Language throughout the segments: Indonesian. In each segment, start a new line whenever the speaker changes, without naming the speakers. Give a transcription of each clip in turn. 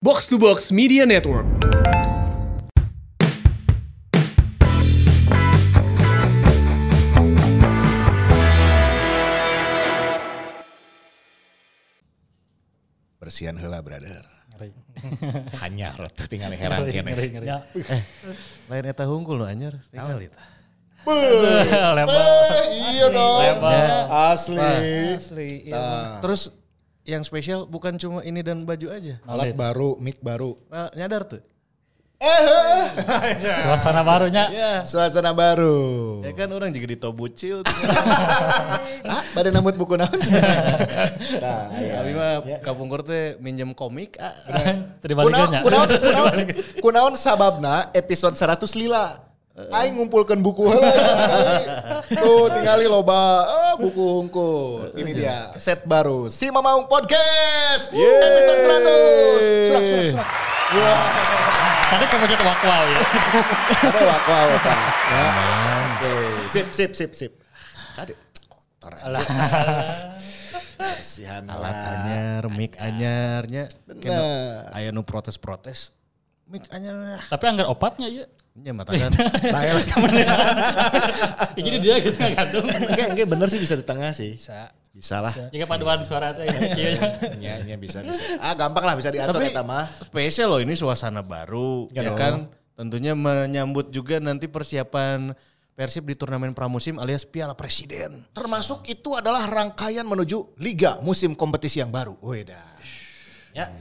Box to Box Media Network.
Bersihan heula brother.
Ngeri.
Hanya tuh tinggal heran
Ngeri, ngeri,
kene.
ngeri.
Ya.
Eh,
Lain eta hungkul nu anyar.
kan-
Tinggal eta.
Lebar.
Iya dong.
Lebar.
Asli.
Asli. iya.
Nah,
Terus yang spesial bukan cuma ini dan baju aja.
alat baru, mic baru.
Nah, nyadar tuh.
Suasana barunya.
Iya.
Ya.
Suasana baru.
Ya kan orang juga ditobucil. tuh.
Ah, pada namut buku naon? Nah, iya.
Abi mah kapungkur teh minjem komik. ah.
Terima
Kunaon,
Iya,
kasih.
kunaon, kunaon, kunaon sababna episode 100 lila. Aing ngumpulkan buku heula. Tuh tinggali loba Ah, buku hungkul. Ini dia set baru Si Mamaung Podcast episode 100. Surak surak surak. Wah,
Tadi kamu jatuh wak wow ya.
ada wakwa wakwa. Ya. Oke, sip sip sip sip. Kade kotor aja. Kasihan
Alat
lah.
anyar, mic anyarnya.
Bener.
Aya nu protes-protes. Mic anyar. ah.
Tapi anggar opatnya ya.
Nya mata kan.
Bayar.
Ya, Jadi dia gitu nggak kandung.
Enggak, enggak bener sih bisa di tengah sih.
Bisa.
Bisa lah.
Jika paduan suara teh. Iya.
Iya, iya bisa bisa. Ah, gampang lah bisa diatur
Tapi
eta mah.
spesial loh ini suasana baru.
Ya
Ya,
dong.
kan tentunya menyambut juga nanti persiapan Persib di turnamen pramusim alias Piala Presiden.
Termasuk itu adalah rangkaian menuju liga musim kompetisi yang baru. Weda. Ya.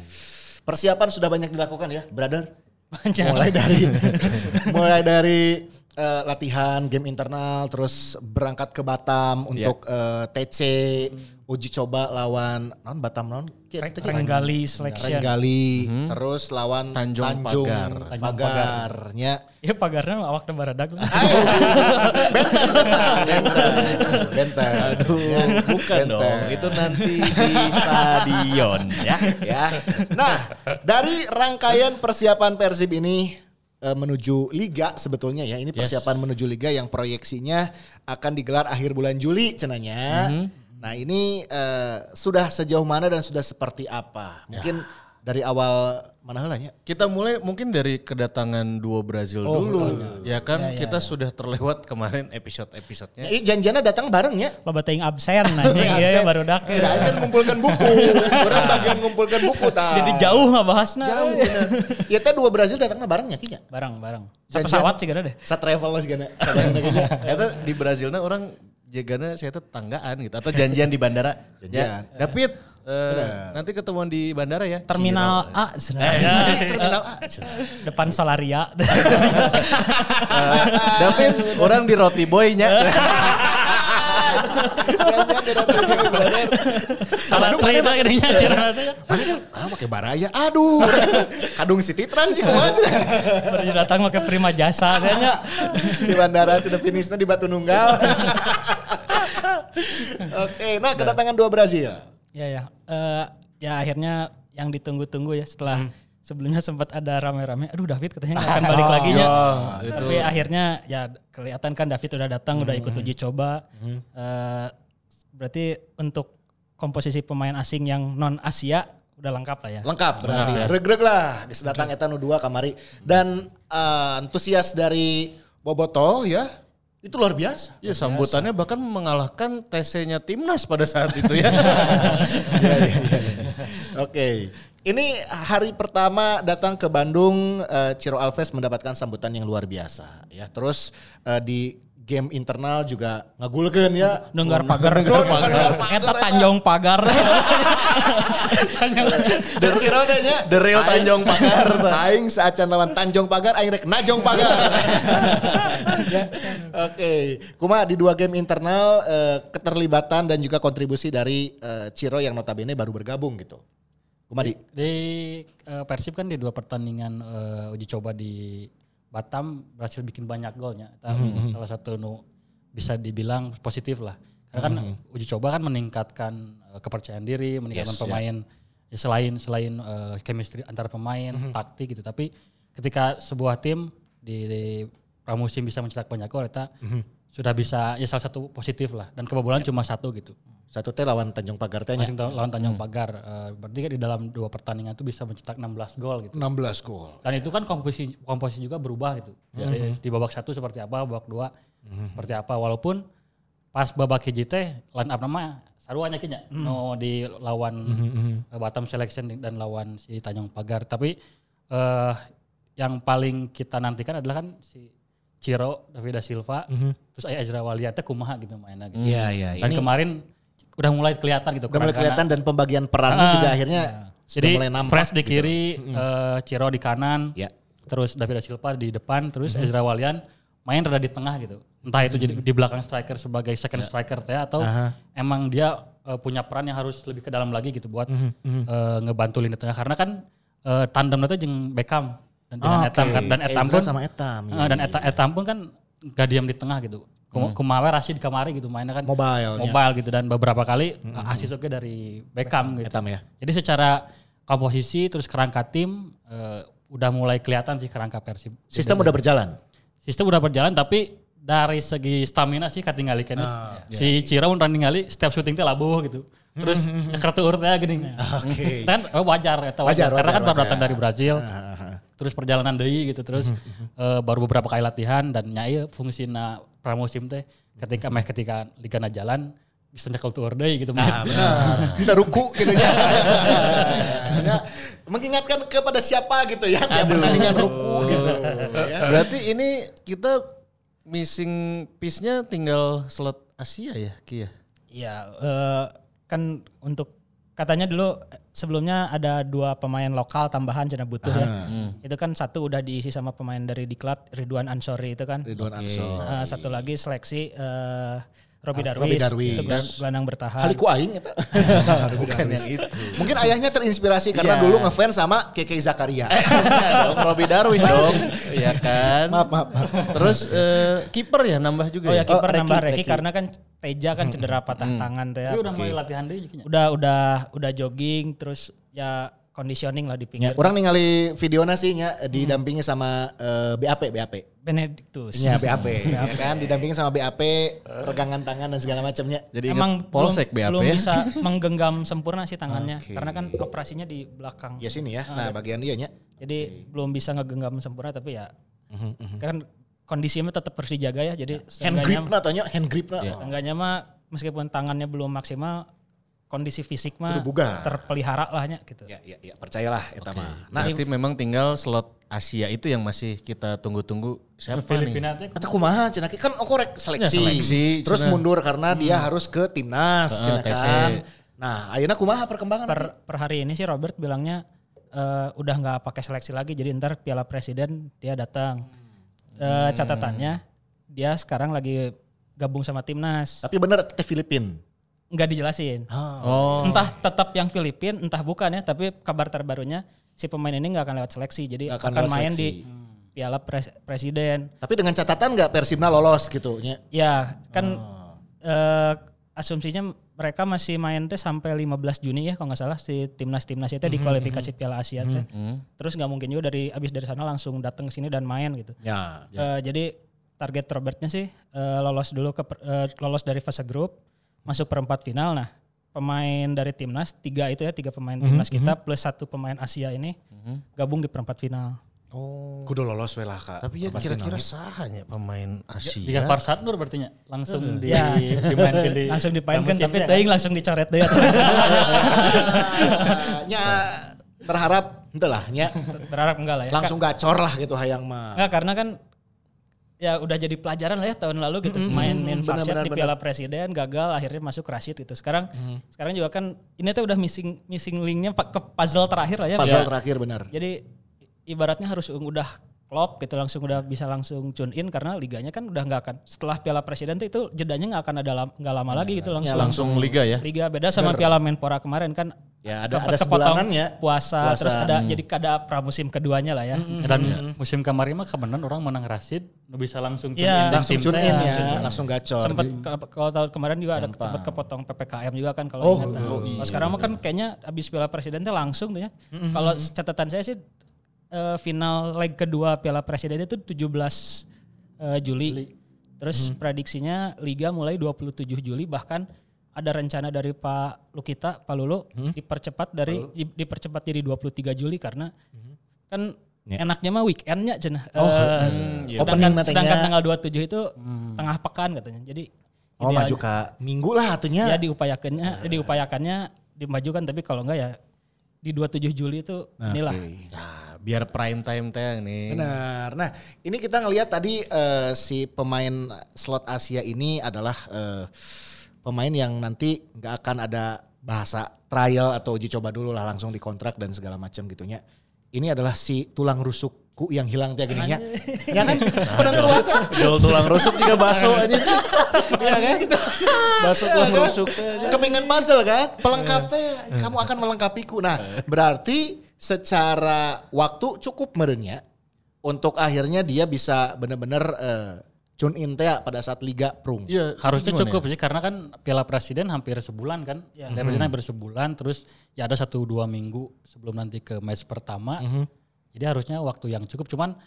Persiapan sudah banyak dilakukan ya, brother.
Banyak.
Mulai dari mulai dari eh, latihan game internal terus berangkat ke
Iya.
Batam untuk eh, TC uji coba lawan non Batam non
Renggali selection.
Renggali terus lawan
Mhm. Tanjung Pagar.
Pagar. Pagarnya
Ya
Iya,
pagarnya awak baradag lah.
Benten, benten, benten. Ya,
Bukan
benten.
dong, itu nanti di stadion ya.
ya. Nah, dari rangkaian persiapan Persib ini eh, menuju liga sebetulnya ya. Ini persiapan menuju liga yang proyeksinya akan digelar akhir bulan Juli cenanya.
Mhm.
Nah, ini eh, sudah sejauh mana dan sudah seperti apa? Mungkin
Ya.
dari awal mana ya? heula nya?
Kita mulai mungkin dari kedatangan duo Brazil dulu. Ya kan kita sudah terlewat kemarin episode-episodenya.
Ya.
Ini janjiannya datang bareng ya.
Loba teuing absen anjing
Iya,
Absen.
ieu barudak.
Tidak, aing kan ngumpulkan buku. Orang bagian ngumpulkan buku tah.
Jadi jauh mah bahasna.
Jauh bener. Ya teh dua Brazil datangnya bareng ya kinya.
Barang, barang. Sa
Jajan.
pesawat sih gara deh.
Satravel lah segala. Sabarang lagi, ya.
Eta di Brazilnya orang jagana saya tuh tanggaan gitu atau janjian di bandara. Ya,
Janjian.
David eh, nanti ketemuan di bandara ya.
Terminal A sebenarnya.
Eh, Terminal A.
Depan Solaria.
Eh, David orang di roti boynya.
Jangan di Roti Boy, brother.
Salah cerita gedenya cerita teh.
Mana kan? Ah, pakai baraya. Aduh. Kadung si Titran sih kumaha aja.
Baru datang pakai prima jasa kayaknya.
Di bandara sudah finishnya di Batu Nunggal. Oke, nah kedatangan dua Brazil.
Ya ya. Eh, ya akhirnya yang ditunggu-tunggu ya setelah sebelumnya sempat ada rame-rame. Aduh David katanya nggak akan balik lagi ya. Tapi akhirnya ya kelihatan kan David udah datang, udah ikut uji coba. Eh, berarti untuk komposisi pemain asing yang non Asia udah lengkap lah ya.
Lengkap berarti. Reg-reg lah. Geus datang eta nu dua kamari dan eh, antusias dari Boboto ya. Itu luar biasa.
Ya sambutannya bahkan mengalahkan TC-nya timnas pada saat itu ya.
Iya, iya, iya. Oke. Ini hari pertama datang ke Bandung, eh, Ciro Alves mendapatkan sambutan yang luar biasa. Ya, terus eh, di game internal juga ngagulkeun ya.
Nunggar pagar. Eh,
Nunggar pagar.
Eta Tanjung Pagar.
Dan Ciro teh nya
The real Tanjong Pagar.
Aing seacan lawan Tanjong Pagar, aing rek Najong Pagar. Ya, Oke, Kuma di dua game internal eh, keterlibatan dan juga kontribusi dari eh, Ciro yang notabene baru bergabung gitu. Kuma di
Di eh, Persib kan di dua pertandingan eh, uji coba di Batam berhasil bikin banyak golnya. Eta Salah satu nu bisa dibilang positif lah. Karena kan uji coba kan meningkatkan eh, kepercayaan diri, meningkatkan pemain Ya, selain selain eh, chemistry antara pemain, taktik gitu. Tapi ketika sebuah tim di, di pramusim bisa mencetak banyak gol, eta sudah bisa ya salah satu positif lah dan kebobolan cuma satu gitu.
Satu teh lawan Tanjung Pagar tehnya.
Langsung ta- lawan Tanjung Pagar. Eh, berarti kan di dalam dua pertandingan itu bisa mencetak 16 gol gitu.
16 gol.
Dan itu kan komposisi komposisi juga berubah gitu.
Iya,
Jadi di babak satu seperti apa, babak dua
Mhm.
seperti apa. Walaupun pas babak hiji teh line up nama saruannya kayaknya
Mhm.
no di lawan
Mm-hmm.
eh, Batam Selection dan lawan si Tanjung Pagar. Tapi eh yang paling kita nantikan adalah kan si Ciro, Davida Silva, terus Aya Ezra Walian teh kumaha gitu mainnya gitu.
Mhm. Iya, iya.
Dan
Ini
kemarin udah mulai kelihatan gitu.
udah mulai
keran-kerannya.
kelihatan dan pembagian perannya
Ah,
juga akhirnya sudah
Jadi
mulai nampak. gitu. Mhm.
Fresh di kiri, eh, Ciro di kanan,
Ya.
terus David Silva di depan, terus
Mhm.
Ezra Walian main rada di tengah gitu. Entah itu jadi di belakang striker sebagai
Ya.
second striker teh atau emang dia eh, punya peran yang harus lebih ke dalam lagi gitu buat
Mhm,
eh, ngebantu lini tengah karena kan eh, tandemnya tuh jeung Beckham dan jeung
Ah, Oke.
Etam kan dan Etam
Ezra
pun
sama Etam. ya. iya,
eh, dan Eta- Etam pun kan gak diam di tengah gitu. Kum- Kumawe Rashid kamari gitu mainnya kan
Mhm. Mobile-nya. Mhm,
mobile gitu dan beberapa kali eh, assist oke dari Beckham gitu.
Etam ya.
Jadi secara komposisi terus kerangka tim eh, udah mulai kelihatan sih kerangka Persib.
Sistem udah berjalan.
Sistem udah berjalan tapi dari segi stamina sih katinggalikan
Ah, iya.
si Ciro mun tanding ningali step shooting teh labuh gitu. Terus nyeker tueur teh geuning.
Hmm. Oke.
Kan eh, wajar eta
Wajar,
wajar,
wajar,
karena kan baru
wajar. Ah,
datang dari Brazil. Terus perjalanan deui gitu
Hmm,
terus eh, baru beberapa kali latihan dan nyai fungsina pramusim teh ketika meh ketika ligana jalan bisa nyekel tueur deui gitu.
Ah, Kita ruku gitu ya. Ya, mengingatkan kepada siapa gitu ya. Tiap pertandingan ruku gitu. ya.
Berarti ini kita missing piece-nya tinggal slot Asia ya, Kia.
Iya, eh, kan untuk katanya dulu eh, sebelumnya ada dua pemain lokal tambahan cina butuh ya.
Hmm.
Itu kan satu udah diisi sama pemain dari Diklat Ridwan Ansori itu kan.
Ridwan Ansor.
Eh, satu lagi seleksi eh Robi
Ah,
Robby
Darwis,
Darwis.
itu gelan- gelandang bertahan.
Haliku aing eta.
Bukan yang itu.
Mungkin ayahnya terinspirasi karena
Iya. Eh,
dulu ngefans sama Keke Zakaria.
Bukan dong, Robby Darwis dong. Iya kan?
Maaf, maaf. maaf.
Terus eh, kiper ya nambah juga
Oh ya
ya.
kiper
Reki,
nambah Reki,
Reki.
karena kan Teja kan cedera patah tangan tuh ya.
Tapi udah mulai latihan deui gitu, kayaknya.
Udah udah udah jogging terus ya conditioning lah di pinggir.
Orang ningali videonya sih nya didampingi sama eh, BAP BAP.
Benedictus.
Ya BAP ya kan didampingi sama BAP regangan tangan dan segala macamnya.
Jadi ingat
Emang
polsek BAP
belum, belum
ya.
bisa menggenggam sempurna sih tangannya karena kan operasinya di belakang.
Ya sini ya. Nah, bagian dia nya.
Jadi belum bisa ngegenggam sempurna tapi ya kan kondisinya tetap harus dijaga ya. Jadi
Hmm. Hand grip na tanya hand grip na. Oh.
Enggaknya mah meskipun tangannya belum maksimal kondisi fisik mah
Kudu bugar.
terpelihara lahnya gitu.
Ya ya ya percayalah eta mah. Nah,
Nanti memang tinggal slot Asia itu yang masih kita tunggu-tunggu siapa
Filipina
nih?
teh
kata kumaha cenah Ki? kan aku rek
Ya,
seleksi.
seleksi,
Terus
cenah.
mundur karena dia harus ke timnas
Heeh,
cenah
TC.
kan. Nah, ayeuna kumaha perkembangan?
Per, per hari ini sih Robert bilangnya eh, udah nggak pakai seleksi lagi jadi ntar Piala Presiden dia datang. Eh,
Hmm.
catatannya dia sekarang lagi gabung sama timnas.
Tapi bener teh Filipin.
Nggak dijelasin.
Oh.
Entah tetap yang Filipin, entah bukan ya. Tapi kabar terbarunya si pemain ini nggak akan lewat seleksi jadi
Nggak akan
akan,
lewat
main
seleksi.
di Piala Pres- Presiden.
Tapi dengan catatan nggak Persibna lolos gitu nya.
Ya, kan
Oh.
eh, asumsinya mereka masih main teh sampai 15 Juni ya kalau nggak salah si timnas-timnas itu di
Hmm,
kualifikasi Piala Asia teh. Terus nggak mungkin juga dari abis dari sana langsung datang ke sini dan main gitu.
Ya.
Eh, jadi target Robertnya sih eh, lolos dulu ke per- eh, lolos dari fase grup, masuk perempat final. Nah, pemain dari timnas tiga itu ya tiga pemain timnas kita plus satu pemain Asia ini gabung di perempat final.
Kudu lolos we lah Kak.
Tapi ya kira-kira sahanya Hmm. pemain Asia.
Jika
Iya.
Farsad Nur berarti nya langsung
Hmm.
di
Ya.
dimainkan di
Langsung dipainkan
pramusim
tapi
ya.
Teing langsung dicoret deh.
Ah, nya berharap ente lah nya
Berharap enggak lah ya.
langsung gacor lah gitu hayang mah.
Enggak karena kan ya udah jadi pelajaran lah ya tahun lalu gitu mainin
benar,
Farsiad
benar, Mm-hmm.
di Piala Presiden gagal akhirnya masuk Rashid gitu. Sekarang sekarang juga kan ini tuh udah missing missing linknya pa- ke puzzle terakhir lah ya.
Puzzle
Ya.
terakhir benar.
Jadi i- ibaratnya harus udah klop gitu langsung udah bisa langsung tune in karena liganya kan udah nggak akan setelah Piala Presiden tuh itu jedanya nggak akan ada lam- nggak lama lagi
Iya,
gitu langsung.
langsung liga ya.
Liga beda sama Piala Menpora kemarin kan
Ya ada
dapat
ada
kepotong
sebulanannya. mm.
puasa, terus ada jadi ada pramusim keduanya lah ya.
dan
Hmm.
musim kemarin mah kebenaran orang menang Rasid nu bisa langsung tune
Iya,
in
Ya, Langsung
tim
tune
teh.
in ya, langsung gacor.
sempat kalau tahun kemarin juga ada sempat kepotong ppkm juga kan kalau
Oh,
ingat.
oh,
Kalau sekarang mah kan kayaknya abis piala presiden tuh langsung tuh ya.
Mm-hmm.
Kalau catatan saya sih eh, final leg kedua piala presiden itu 17 eh, Juli.
Mm-hmm.
Terus prediksinya liga mulai 27 Juli bahkan ada rencana dari Pak Lukita, Pak Lulu
Mm-hmm.
dipercepat dari di- dipercepat dari 23 Juli karena
Mm-hmm.
kan enaknya mah weekendnya cenah. Eh, sedangkan,
Ya. Oh, iya. Opening matanya.
sedangkan tanggal 27 itu tengah pekan katanya. Jadi
Hmm. Oh Nah.
ideal-
maju ke minggu lah
ya
atunya.
diupayakannya diupayakannya dimajukan tapi kalau enggak ya di 27 Juli itu inilah
Nah, biar prime time teh nih.
Benar. Nah, ini kita ngelihat tadi eh, si pemain slot Asia ini adalah eh, pemain yang nanti nggak akan ada bahasa trial atau uji coba dulu lah langsung dikontrak dan segala macam gitunya. Ini adalah si tulang rusukku yang hilang tiap gininya. ya kan? Pernah keluar kan?
Jual tulang rusuk juga baso aja.
Iya kan?
Baso tulang
Kan?
rusuk teh.
Kepingan puzzle kan? Pelengkap teh kamu akan melengkapiku. Nah, berarti secara waktu cukup merenya untuk akhirnya dia bisa benar-benar eh, tune in teh pada saat liga prung.
Iya,
Harusnya
gimana
ya?
cukup sih karena kan Piala Presiden hampir sebulan kan. Piala Presiden
Hmm.
hampir sebulan terus ya ada satu dua minggu sebelum nanti ke match pertama.
Hmm.
Jadi harusnya waktu yang cukup cuman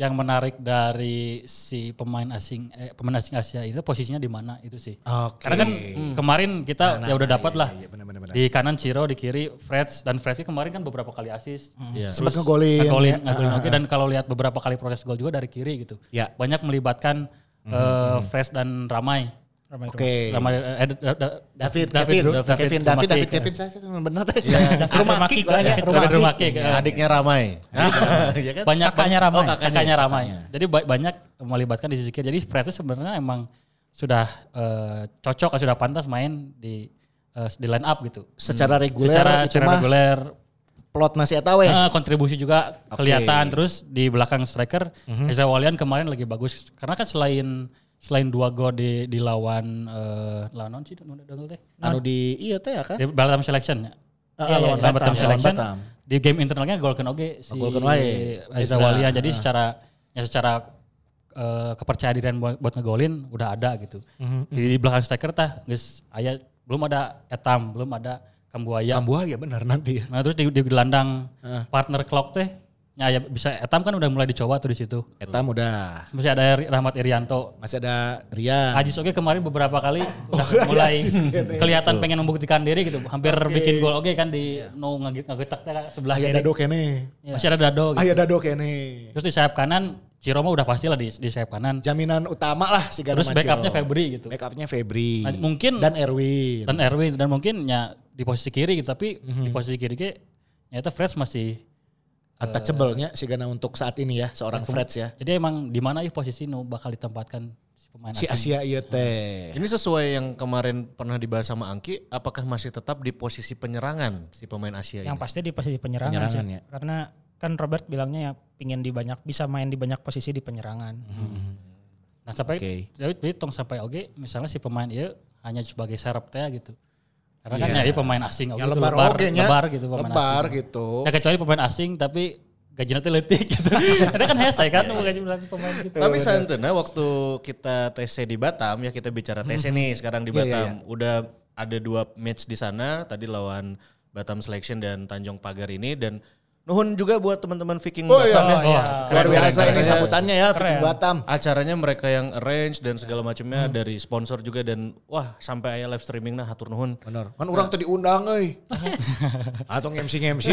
yang menarik dari si pemain asing eh, pemain asing Asia itu posisinya di mana itu sih.
Ah, Oke.
Karena kan kemarin kita ya udah dapat lah.
Iya, benar-benar.
Di kanan Ciro, di kiri Freds dan Freds kemarin kan beberapa kali asis.
Iya.
Sempat ngegolin.
ngegolin,
ya.
ngegolin oke. dan kalau lihat beberapa kali proses gol juga dari kiri gitu.
Ya.
Banyak melibatkan eh, Freds dan Ramai.
ramai
Hmm. Oke.
Rama, eh, da- da- da-
David, Kevin,
David, Ru- David
Kevin, David,
Rumaki.
David, Kevin, saya saya benar teh. ya,
David
Rumah
Rumaki,
kick banyak,
David
rumah
David
kick.
Rumaki,
Iya,
eh,
Adiknya ramai. Iya kan?
banyak
Kakaknya Ramai.
Oh, kakaknya, Ramai. Jadi ba- banyak melibatkan di sisi kiri. Jadi Fred itu sebenarnya emang sudah eh, cocok, sudah pantas main di eh, di line up gitu.
Secara reguler Ah.
secara,
itu
secara
mah
reguler
plot nasi atawe.
eh, kontribusi juga kelihatan terus di belakang striker Ezra Walian kemarin lagi bagus karena kan selain selain dua gol di di lawan eh, lawan non sih Donald Donald teh
anu di iya teh ya kan?
di Batam selection ya.
Ah,
Iya,
lawan
iya, Batam,
Batam,
selection.
lawan Batam.
Di game internalnya golkan oge si
Golkan wae. Ezra.
Aiza Walia. Jadi secara ya secara eh, kepercayaan dirian buat, buat ngegolin udah ada gitu. Di, di belakang striker tah geus aya belum ada Etam, belum ada Kambuaya.
Kambuaya benar nanti ya.
Nah terus di, di gelandang partner clock teh ya, ya bisa Etam kan udah mulai dicoba tuh di situ.
Etam udah.
Masih ada Ri- Rahmat Irianto.
Masih ada Rian.
Ajis Oge kemarin beberapa kali
Oh,
udah
iya,
mulai kelihatan pengen membuktikan diri gitu. Hampir bikin gol Oge kan di no ngaget ngagetak teh kan sebelah
Ayah
kiri.
dado kene.
Masih ada Dado gitu.
Ayah dado kene.
Terus di sayap kanan Ciro mah udah pastilah di di sayap kanan.
Jaminan utama lah si Gano
Terus
Macil.
backupnya Febri gitu.
Backupnya Febri.
Nah, mungkin
dan Erwin. Mhm.
dan Erwin dan mungkin ya di posisi kiri gitu tapi di posisi kiri ke nyata Fresh masih eh,
Untouchable-nya si Gana untuk saat ini ya seorang Freds ya.
jadi emang di mana ieu posisi nu bakal ditempatkan si pemain
Si Asia
asing.
iya teh.
Ini sesuai yang kemarin pernah dibahas sama Angki, apakah masih tetap di posisi penyerangan si pemain Asia ini?
yang pasti di posisi penyerangan,
Penyerangan,
sih.
ya.
karena kan Robert bilangnya ya pingin di banyak bisa main di banyak posisi di penyerangan
Hmm.
Nah sampai
Oke.
David Bitong sampai oke misalnya si pemain ieu hanya sebagai serep teh gitu. Karena kan ya ieu pemain asing oge
Ya
tuh
lebar
lebar,
oge nya.
lebar gitu pemain
Lebar
asing.
gitu.
Ya kecuali pemain asing tapi gajinya teh leutik gitu. Karena kan hese kan mau gaji bulan pemain gitu.
Tapi santuna waktu kita TC di Batam ya kita bicara TC nih sekarang di
Iya,
Batam.
iya,
Udah ada dua match di sana tadi lawan Batam Selection dan Tanjung Pagar ini dan nuhun juga buat teman-teman Viking
Oh,
Batam
iya.
ya.
Oh, iya.
Luar biasa ini
Acaranya-
sambutannya ya Viking Batam.
Acaranya mereka yang arrange dan segala macamnya dari sponsor juga dan wah sampai aya live streaming nah hatur nuhun.
Benar. Kan orang tuh diundang euy. Atau MC MC.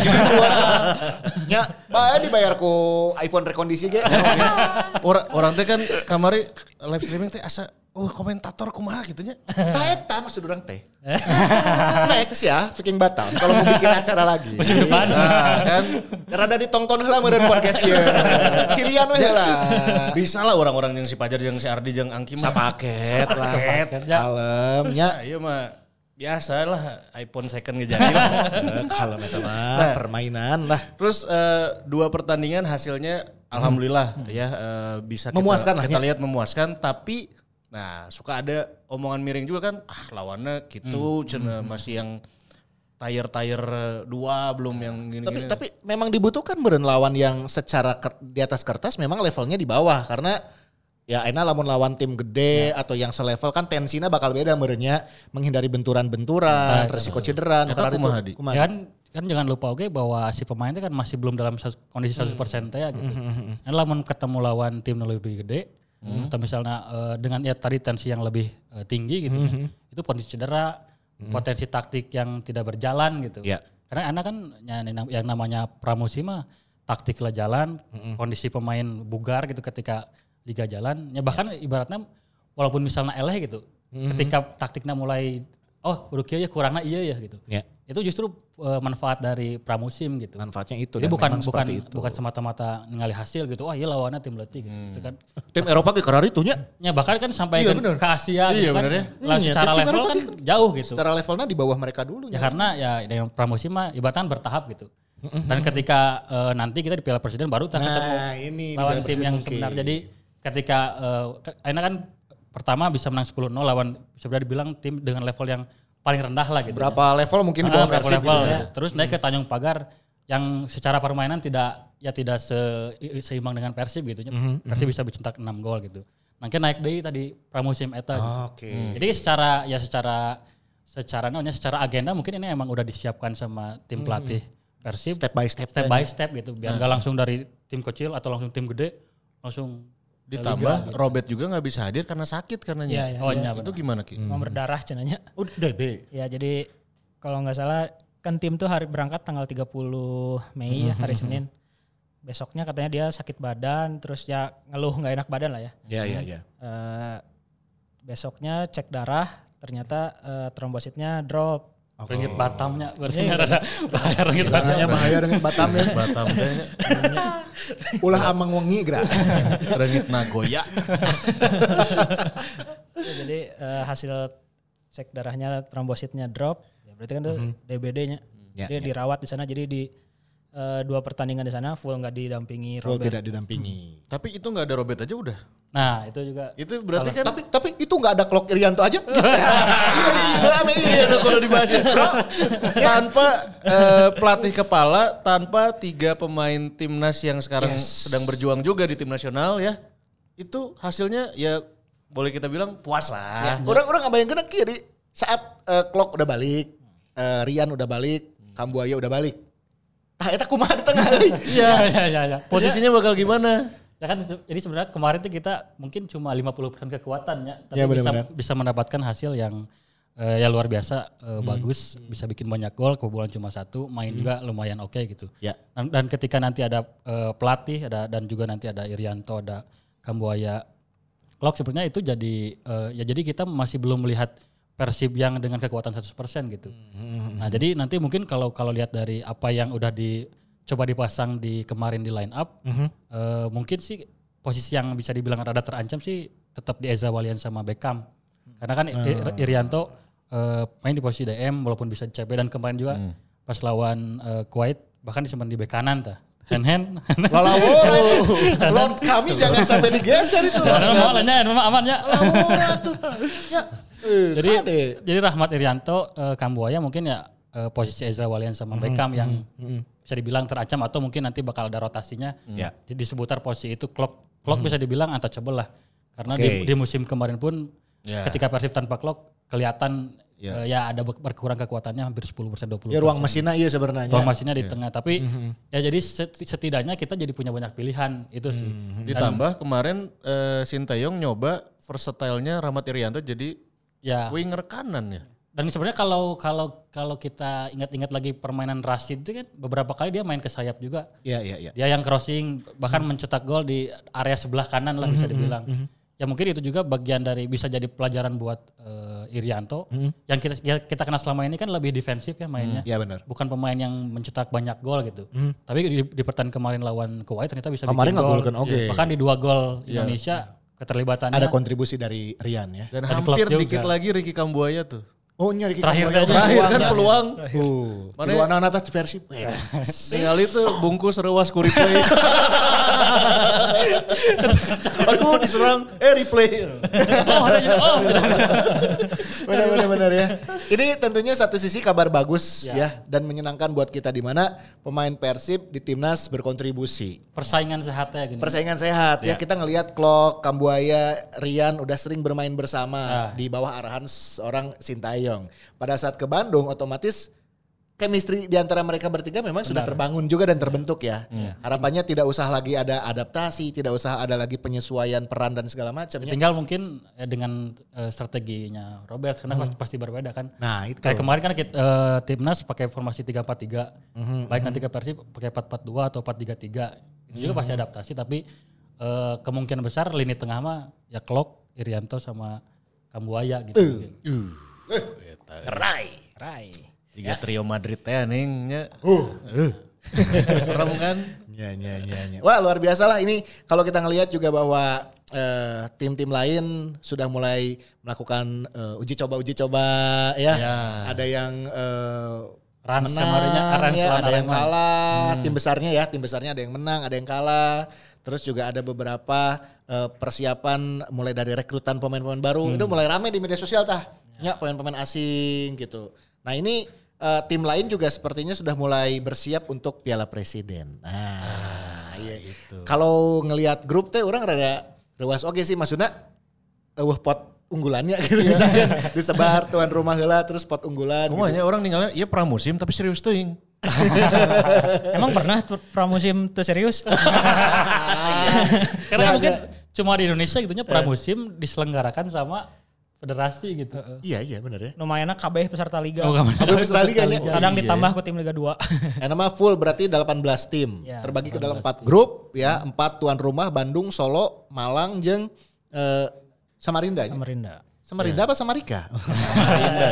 Ya, bae dibayar ku iPhone rekondisi ge.
orang orang teh kan kamari live streaming teh asa oh komentator kumaha gitu nya.
Tah eta maksud orang teh. Next ya Viking Batam kalau mau bikin acara lagi. Iya,
Musim depan.
Nah, kan
Rada ditonton heula meureun podcast ieu. Cirian we heula.
bisa lah orang-orang yang si Pajar yang si Ardi yang Angki mah.
Sapaket lah.
Ya.
Kalem nya.
Nah, Iya mah biasa lah iPhone second ngejadi lah.
Eh, Kalem eta mah permainan lah.
Terus eh, dua pertandingan hasilnya alhamdulillah ya eh, bisa kita-
Hmm. Memuaskan lah,
kita,
ya.
lihat memuaskan tapi nah suka ada omongan miring juga kan ah lawannya gitu
Hmm.
cenah masih yang tire-tire dua belum yang
Tapi
gini-gini.
tapi memang dibutuhkan beren lawan yang secara ker- di atas kertas memang levelnya di bawah karena ya enak lamun lawan tim gede
Ya.
atau yang selevel kan tensinya bakal beda merenya menghindari
Nah,
benturan-benturan, resiko cedera, nu
Eta
karena
kumaha, Di?
itu. Kumaha?
Ya kan kan jangan lupa oke bahwa si pemain itu kan masih belum dalam sas- kondisi 100% ya gitu. Dan lamun ketemu lawan tim yang lebih gede atau misalnya eh, dengan ya tadi tensi yang lebih eh, tinggi gitu ya, itu potensi cedera potensi taktik yang tidak berjalan gitu
Ya.
Iya.
karena anda kan ya, yang namanya pramusim mah taktik lah jalan kondisi pemain bugar gitu ketika liga jalan ya bahkan ibaratnya walaupun misalnya eleh gitu ketika taktiknya mulai oh kudu kieu ya kurangnya iya ya gitu
Ya.
itu justru eh, manfaat dari pramusim gitu
Manfaatnya itu. Nah,
jadi
dan
bukan
memang
bukan
seperti itu. Hmm.
bukan semata-mata ngali hasil gitu. Wah, iya lawannya tim letih gitu. Itu kan.
Tim Eropa ke Karari tuh nya.
Ya bahkan kan sampai kan ke Asia
Iya,
gitu kan.
bener ya.
Lah
Iya,
secara
tim
level
Eropa
kan
dia-
jauh gitu.
Secara levelnya di bawah mereka dulu.
Ya
Ya,
karena ya dengan pramusim mah ibaratkan bertahap gitu. Dan ketika eh, nanti kita di Piala Presiden baru kita ketemu
nah ini di Piala
lawan tim
Presiden
yang
mungkin.
sebenar. Jadi ketika eh, ke- Aina kan pertama bisa menang 10-0 lawan sebenarnya dibilang tim dengan level yang paling rendah lah gitu. ya.
berapa level mungkin di
Ah,
bawah
berapa
Persib gitu
level.
ya.
Terus naik ke Tanjung Pagar yang secara permainan tidak ya tidak se, seimbang dengan Persib gitu.
Hmm,
Persib bisa dicetak 6 gol gitu. Nanti naik deui tadi pramusim eta. gitu.
Ah, Oke.
Jadi secara ya secara secara namanya secara agenda mungkin ini emang udah disiapkan sama
Hmm,
tim pelatih Persib
Step by step. ya.
step by step gitu biar
Nah.
nggak langsung dari tim kecil atau langsung tim gede langsung ke liga.
Ditambah Robert juga nggak bisa hadir karena sakit karenanya.
Iya, iya,
Oh, iya,
Itu gimana Ki?
Hmm.
mau berdarah cenanya.
Oh,
Udah deh.
Ya jadi kalau nggak salah kan tim tuh hari berangkat tanggal 30 Mei ya hari
Hmm.
Senin. Besoknya katanya dia sakit badan terus ya ngeluh nggak enak badan lah ya.
Ya ya ya.
Eh, besoknya cek darah ternyata eh, trombositnya drop.
Ringgit Batamnya
Oh.
berarti
Iya.
ada bahaya ringgit Batam.
Bahaya bahaya dengan Batam ya.
Batam deh.
Ulah amang wengi gra.
Rengit Nagoya.
Ya, jadi eh, hasil cek darahnya trombositnya drop ya berarti kan itu DBD-nya
Ya,
dia
ya.
dirawat di sana jadi di eh, dua pertandingan di sana full nggak didampingi
Kalau
Robert
tidak didampingi.
Tapi itu nggak ada Robert aja udah.
Nah, itu juga
Itu berarti kan
Tapi tapi itu nggak ada klok Irianto aja.
Iya, kalau dibahas. Bro, tanpa eh, pelatih kepala, tanpa tiga pemain timnas yang sekarang sedang berjuang juga di tim nasional ya, itu hasilnya ya boleh kita bilang puas lah.
Orang-orang ngebayangkeun kan kiri saat eh, klok udah balik, eh, Rian udah balik, Kambuaya udah balik. Tah eta kumaha di tengah euy.
Iya, iya, iya, iya.
Posisinya bakal gimana?
Ya kan se- jadi sebenarnya kemarin tuh kita mungkin cuma 50% kekuatannya tapi
Ya,
bisa
benar-benar.
bisa mendapatkan hasil yang eh, ya luar biasa eh, bagus, bisa bikin banyak gol kebobolan cuma satu, main juga lumayan oke gitu.
Ya.
Dan, dan ketika nanti ada eh, pelatih ada dan juga nanti ada Irianto, ada Kambuaya. Klok sebenarnya itu jadi eh, ya jadi kita masih belum melihat Persib yang dengan kekuatan 100% gitu. Nah, jadi nanti mungkin kalau kalau lihat dari apa yang udah dicoba dipasang di kemarin di line up, eh, mungkin sih posisi yang bisa dibilang rada terancam sih tetap di Eza Walian sama Beckham. Karena kan I- Irianto eh, main di posisi DM walaupun bisa di CB dan kemarin juga pas lawan eh, Kuwait bahkan disimpan di bek kanan tah. Hand hand.
Lalaworo. Lord kami jangan sampai digeser itu. Lord
Karena
kami.
mau lainnya, memang aman ya.
Laworo tuh. Ya. Eh,
Jadi
kade.
jadi Rahmat Irianto, eh, Kambuaya mungkin ya eh, posisi Ezra Walian sama Beckham yang bisa dibilang terancam atau mungkin nanti bakal ada rotasinya
Ya.
di, di seputar posisi itu Klok Klok bisa dibilang untouchable lah karena di-
Oke.
di, musim kemarin pun
Ya.
ketika Persib tanpa Klok kelihatan eh, ya ada be- berkurang kekuatannya hampir 10% 20%.
Ya ruang mesinnya iya sebenarnya.
Ruang mesinnya di tengah tapi ya jadi seti- setidaknya kita jadi punya banyak pilihan itu sih.
Hmm. Ditambah kemarin eh, Sintayong nyoba versatile-nya Rahmat Irianto jadi
Ya.
winger kanan ya.
Dan sebenarnya kalau kalau kalau kita ingat-ingat lagi permainan Rashid itu kan beberapa kali dia main ke sayap juga.
Iya iya iya.
Dia yang crossing bahkan
Hmm.
mencetak gol di area sebelah kanan lah bisa dibilang. Ya mungkin itu juga bagian dari bisa jadi pelajaran buat eh, Irianto
Hmm,
yang kita ya kita kenal selama ini kan lebih defensif ya mainnya.
Iya benar.
Bukan pemain yang mencetak banyak gol gitu. Tapi di, di pertandingan kemarin lawan Kuwait ternyata bisa
Hmm. Kemarin
bikin
ngegolkan oke.
Bahkan di dua gol Indonesia keterlibatannya
Iya, Ada kontribusi dari Rian ya.
Dan
Dari
hampir
klub juga.
dikit lagi Ricky Kambuaya tuh.
Oh nyari
Terakhir tadi.
Terakhir kan peluang.
Uh,
Mana- ya?
Mana anak-anak tadi Persib.
Tinggal itu bungkus rewas ku replay. Aduh diserang, eh replay.
oh, ada juga. Oh,
benar benar benar ya. Ini tentunya satu sisi kabar bagus ya, dan menyenangkan buat kita di mana pemain Persib di timnas berkontribusi.
persaingan sehatnya gini.
Persaingan sehat ya. Kita ngelihat Klok, Kambuaya, Rian udah sering bermain bersama di bawah arahan seorang Sintayong. Pada saat ke Bandung otomatis chemistry di antara mereka bertiga memang sudah terbangun juga dan terbentuk ya. Harapannya tidak usah lagi ada adaptasi, tidak usah ada lagi penyesuaian peran dan segala macamnya.
Tinggal mungkin eh, dengan eh, strateginya Robert
Hmm.
karena pasti, pasti berbeda kan.
Nah, itu.
Kayak kemarin kan kita, eh, timnas pakai formasi 3-4-3. Baik nanti ke Persib pakai 4-4-2 atau 4-3-3. Itu juga pasti adaptasi tapi eh, kemungkinan besar lini tengah mah ya Klok, Irianto sama Kambuaya gitu.
Rai.
Rai.
Tiga trio Madrid teh ningnya.
Oh.
Eh. Serem kan?
Ya, ya, ya, ya. Wah luar biasa lah ini kalau kita ngelihat juga bahwa eh, tim-tim lain sudah mulai melakukan eh, uji coba uji coba ya.
Ya.
Ada yang eh,
Rans
menang,
kemarinnya, eh, Rans
ya,
lawan
ada yang
Arema. Hmm.
kalah. Tim besarnya ya, tim besarnya ada yang menang, ada yang kalah. Terus juga ada beberapa eh, persiapan mulai dari rekrutan pemain-pemain
Hmm.
baru itu mulai rame di media sosial tah. Ya, pemain-pemain asing gitu. Nah, ini eh, tim lain juga sepertinya sudah mulai bersiap untuk Piala Presiden.
Ah,
Nah, iya.
gitu.
Kalau ngelihat grup teh orang rada rewas oke sih maksudnya eueuh pot unggulannya gitu
Iya.
misalkan disebar tuan rumah heula terus pot unggulan gitu.
Oh,
Semuanya orang ninggalin, iya pramusim tapi serius teuing.
Emang pernah tuh pramusim tuh serius?
Iya. Ya,
Karena mungkin cuma di Indonesia gitunya pramusim diselenggarakan sama federasi gitu.
Iya iya bener ya.
Lumayan kabeh peserta liga.
Oh, kamu-
Tapi Australia kayaknya.
Kadang ditambah ke tim Liga 2.
Karena mah full berarti ada 18 tim.
Ya,
Terbagi ke dalam 4 grup ya. 4 tuan rumah Bandung, Solo, Malang, jeung eh, Samarinda. ya?
Samarinda.
Samarinda apa Samarika? Samarinda.